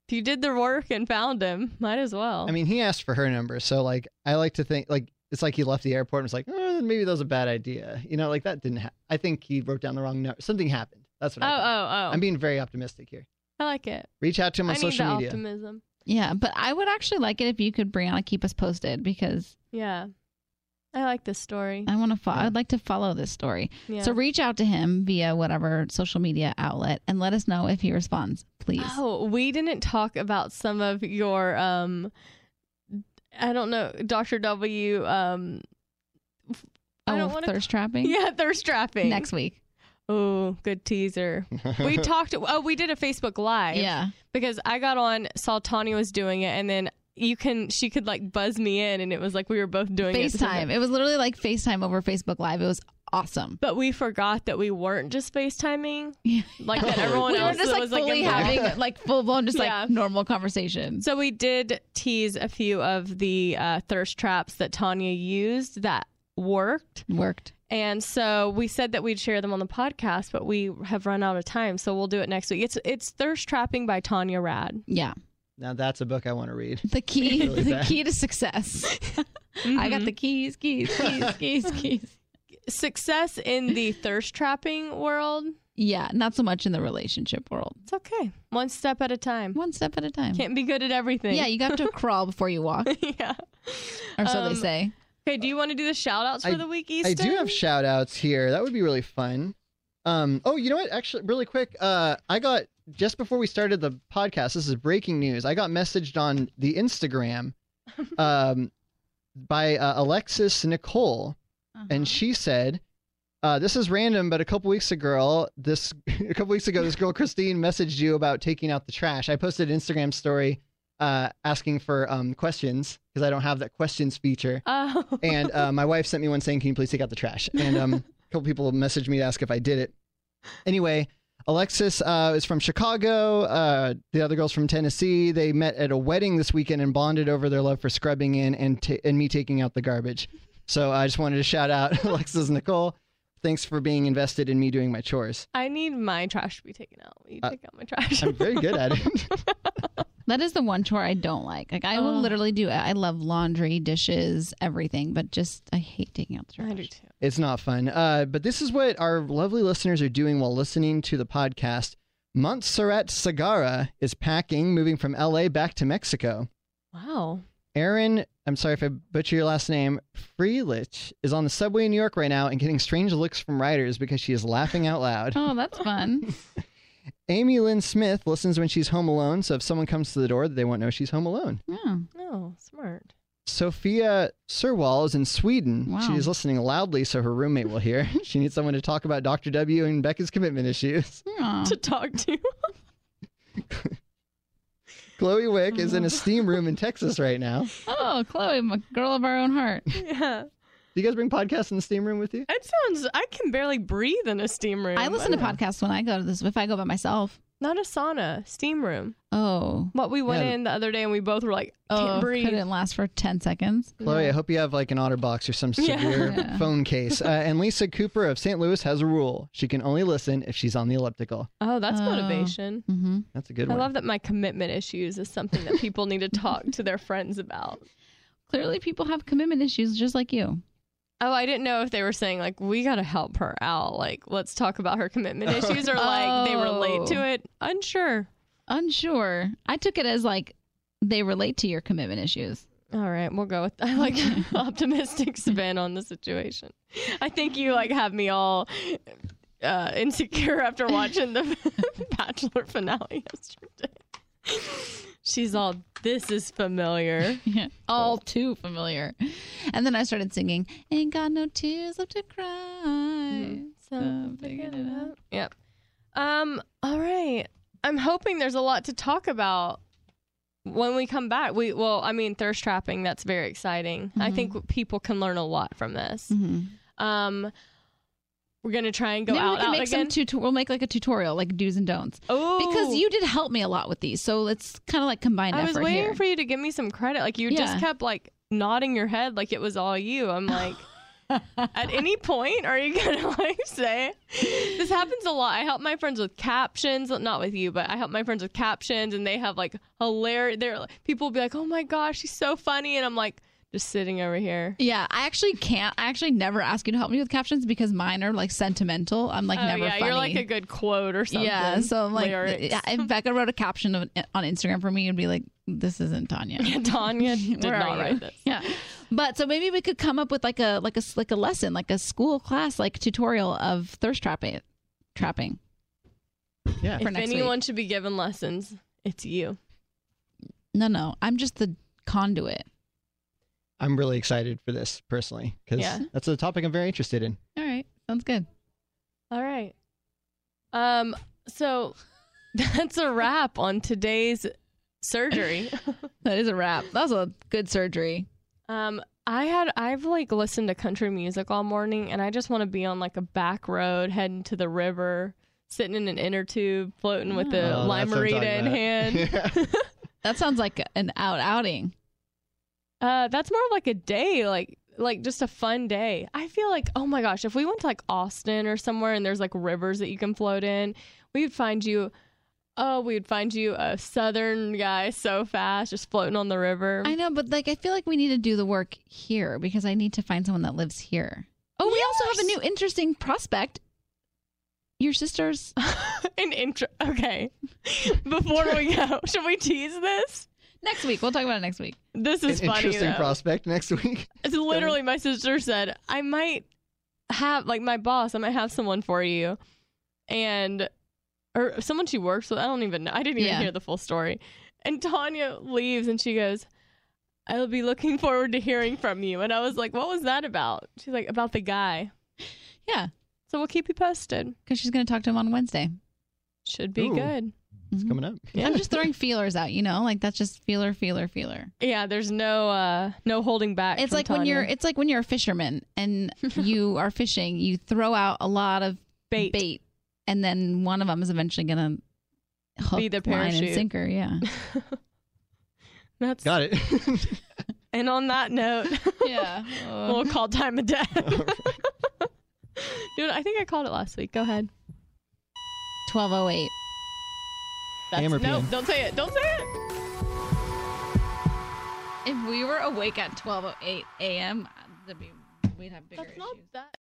S2: If you did the work and found him, might as well.
S4: I mean, he asked for her number, so like I like to think like it's like he left the airport and was like, oh, maybe that was a bad idea. You know, like that didn't. Ha- I think he wrote down the wrong number. Something happened. That's what.
S2: oh,
S4: I think.
S2: oh, oh.
S4: I'm being very optimistic here.
S2: I like it.
S4: Reach out to
S2: I
S4: him on
S2: need the
S4: social media.
S2: optimism.
S3: Yeah, but I would actually like it if you could, Brianna, keep us posted because
S2: Yeah, I like this story.
S3: I want to. Fo-
S4: Yeah.
S3: I'd like to follow this story.
S2: Mm-hmm. Yeah.
S3: Uh, So reach out to him via whatever social media outlet and let us know if he responds, please.
S2: oh, we didn't talk about some of your um, I don't know, Doctor W. Um, I
S3: oh,
S2: don't wanna-
S3: thirst trapping.
S2: yeah, thirst trapping.
S3: Next week.
S2: Oh, good teaser. we talked. Oh, we did a Facebook live.
S3: Yeah.
S2: because I got on, saw Tanya was doing it, and then you can she could like buzz me in, and it was like we were both doing it.
S3: FaceTime.
S2: together.
S3: It was literally like FaceTime over Facebook Live. It was awesome.
S2: But we forgot that we weren't just FaceTiming,
S3: Yeah.
S2: like that
S4: Oh.
S2: everyone
S3: we were
S2: else
S3: just like
S2: was
S3: fully
S2: like involved.
S3: having like full blown just
S2: Yeah.
S3: like normal conversations.
S2: So we did tease a few of the uh, thirst traps that Tanya used that worked,
S3: Worked.
S2: and so we said that we'd share them on the podcast, but we have run out of time, so we'll do it next week. It's it's thirst trapping by Tanya Rad.
S3: Yeah.
S4: Now that's a book I want to read.
S3: The key,
S4: Really
S3: the
S4: bad.
S3: key to success. I
S2: Mm-hmm.
S3: got the keys, keys, keys, keys, keys.
S2: success in the thirst trapping world.
S3: Yeah, not so much in the relationship world.
S2: It's okay. One step at a time.
S3: One step at a time.
S2: Can't be good at everything.
S3: yeah, you got to crawl before you walk,
S2: yeah.
S3: or so they
S2: Um,
S3: say.
S2: Okay, do you want to do the shout outs for
S4: I-
S2: the week, Easton?
S4: I do have shout outs here. That would be really fun. Um, oh, you know what? Actually, really quick, uh, I got just before we started the podcast. This is breaking news. I got messaged on the Instagram um, by uh, Alexis Nicole, Uh-huh.
S3: Uh-huh.
S4: and she said, uh, "This is random, but a couple weeks ago, this a couple weeks ago, this girl Christine messaged you about taking out the trash. I posted an Instagram story uh, asking for um, questions because I don't have that questions feature."
S2: Oh.
S4: and uh, my wife sent me one saying, "Can you please take out the trash?" And um, a couple people messaged me to ask if I did it. Anyway, Alexis uh, is from Chicago. Uh, the other girl's from Tennessee. They met at a wedding this weekend and bonded over their love for scrubbing in and ta and me taking out the garbage. So I just wanted to shout out Alexis and Nicole. Thanks for being invested in me doing my chores.
S2: I need my trash to be taken out. Will you
S4: Uh,
S2: take out my trash?
S4: I'm very good at it.
S3: That is the one chore I don't like. Like I will
S2: Ugh.
S3: literally do. I love laundry, dishes, everything, but just I hate taking out the
S2: I
S3: trash.
S2: do too.
S4: It's not fun. Uh, but this is what our lovely listeners are doing while listening to the podcast. Montserrat Sagara is packing, moving from LA back to Mexico.
S2: Wow.
S4: Aaron, I'm sorry if I butcher your last name, Freelich is on the subway in New York right now and getting strange looks from riders because she is laughing out loud.
S3: Oh, that's fun.
S4: Amy Lynn Smith listens when she's home alone, so if someone comes to the door, they won't know she's home alone.
S3: yeah.
S2: Oh, smart.
S4: Sophia Sirwall is in Sweden.
S3: Wow.
S4: She is listening loudly so her roommate will hear. she needs someone to talk about Dr. W and Becca's commitment issues.
S3: Aw.
S2: To talk to.
S4: Chloe Wick is in a steam room in Texas right now. Do
S3: Oh, Chloe, my girl of our own heart.
S2: yeah.
S4: you guys bring podcasts in the steam room with you?
S2: It sounds I can barely breathe in a steam room.
S3: I listen to podcasts when I go to this. If I go by myself.
S2: Not a sauna, steam room.
S3: Oh.
S2: What we went
S4: Yeah.
S2: in the other day and we both were like, can't
S3: Oh,
S2: breathe.
S3: couldn't last for 10 seconds.
S4: Chloe,
S2: Yeah.
S4: I hope you have like an OtterBox or some
S2: Yeah.
S4: severe
S3: Yeah.
S4: phone case. Uh, and Lisa Cooper of St. Louis has a rule: she can only listen if she's on the elliptical.
S2: Oh, that's
S3: Oh.
S2: motivation.
S3: hmm
S4: That's a good
S2: I
S4: one.
S2: love that my commitment issues is something that people need to talk to their friends about.
S3: Clearly, people have commitment issues just like you.
S2: Oh, I didn't know if they were saying like we got to help her out, like let's talk about her commitment issues, or like they relate to
S3: Oh.
S2: it. Unsure.
S3: Unsure. I took it as like they relate to your commitment issues.
S2: All right, we'll go with I like your optimistic spin on the situation. I think you like have me all uh, insecure after watching the Bachelor finale yesterday. She's all this is familiar.
S3: All too familiar. And then I started singing, Ain't Got No Tears Left to Cry.
S2: So
S3: picking
S2: Uh, figured
S3: it
S2: it out. Yep. Um. All right. I'm hoping there's a lot to talk about when we come back. We well, I mean, thirst trapping. That's very exciting. I think people can learn a lot from this.
S3: Mhm.
S2: Um. We're gonna try and go
S3: Maybe
S2: out,
S3: we can
S2: out
S3: make
S2: again.
S3: some tut- We'll make like a tutorial, like do's and don'ts.
S2: oh,
S3: Because you did help me a lot with these. So it's kind of like combined
S2: I was
S3: effort
S2: waiting
S3: here.
S2: for you to give me some credit. Like you just
S3: Yeah.
S2: kept like nodding your head, like it was all you. I'm like. At any point, are you gonna like say this happens a lot? I help my friends with captions, not with you, but I help my friends with captions, and they have like hilarious. They're like- people will be like, "Oh my gosh, she's so funny," and I'm like, just sitting over here.
S3: Yeah, I actually can't. I actually never ask you to help me with captions because mine are like sentimental. I'm like
S2: oh
S3: never
S2: yeah,
S3: funny.
S2: you're like a good quote or something.
S3: yeah, so I'm like,
S2: Lyrics.
S3: yeah, if Becca wrote a caption of, on Instagram for me, you'd be like, "This isn't Tanya."
S2: Tanya did
S3: Where are
S2: not
S3: you?
S2: write this.
S3: Yeah, but so maybe we could come up with like a like a s- like a lesson, like a school class, like tutorial of thirst trapping, trapping.
S4: yeah.
S3: for
S2: if
S3: next
S2: anyone should be given lessons, it's you.
S3: No, no, I'm just the conduit.
S4: I'm really excited for this personally because
S2: Yeah.
S4: that's a topic I'm very interested in.
S3: All right, sounds good.
S2: All right. Um. So that's a wrap on today's surgery.
S3: That is a wrap. That was a good surgery.
S2: Um, I had I've like listened to country music all morning, and I just want to be on like a back road heading to the river, sitting in an inner tube, floating with the
S4: Oh, that's what I'm
S2: limerita
S4: talking
S2: in
S4: about.
S2: hand.
S4: Yeah.
S3: That sounds like an out outing.
S2: Uh, that's more of like a day, like like just a fun day. I feel like oh my gosh, if we went to like Austin or somewhere and there's like rivers that you can float in, we'd find you oh, we'd find you a southern guy so fast, just floating on the river.
S3: I know, but like I feel like we need to do the work here because I need to find someone that lives here. Oh, we also have a new interesting prospect. Your sister's
S2: An intro. Okay. Before we go, should we tease this?
S3: next week. We'll talk about it next week.
S2: This is
S4: An
S2: funny.
S4: interesting
S2: though.
S4: prospect next week.
S2: It's literally my sister said, I might have like my boss, I might have someone for you. And or someone she works with. I don't even know. I didn't even
S3: Yeah.
S2: hear the full story. And Tanya leaves and she goes, I'll be looking forward to hearing from you. And I was like, What was that about? She's like, About the guy.
S3: Yeah,
S2: So we'll keep you posted.
S3: because she's going to talk to him on Wednesday.
S2: Should be
S4: Ooh.
S2: good.
S4: It's
S3: Mhm.
S4: coming up.
S2: Yeah.
S3: I'm just throwing feelers out, you know, like that's just feeler, feeler, feeler.
S2: Yeah, there's no uh no holding back.
S3: It's
S2: from
S3: like when you're,
S2: Tanya.
S3: it's like when you're a fisherman and you are fishing, you throw out a lot of
S2: bait.
S3: and then one of them is eventually going to hook,
S2: Be the
S3: line, and
S2: parachute.
S3: sinker. Yeah,
S2: That's
S4: Got it.
S2: and on that note,
S3: yeah.
S2: we'll call time of death. Dude, I think I called it last week. Go ahead.
S3: Twelve oh eight.
S4: Hammer
S2: no,
S4: PM.
S2: don't say it. Don't say it.
S3: If we were awake at twelve oh eight a.m., that'd be we'd have bigger
S2: That's not
S3: issues.
S2: that.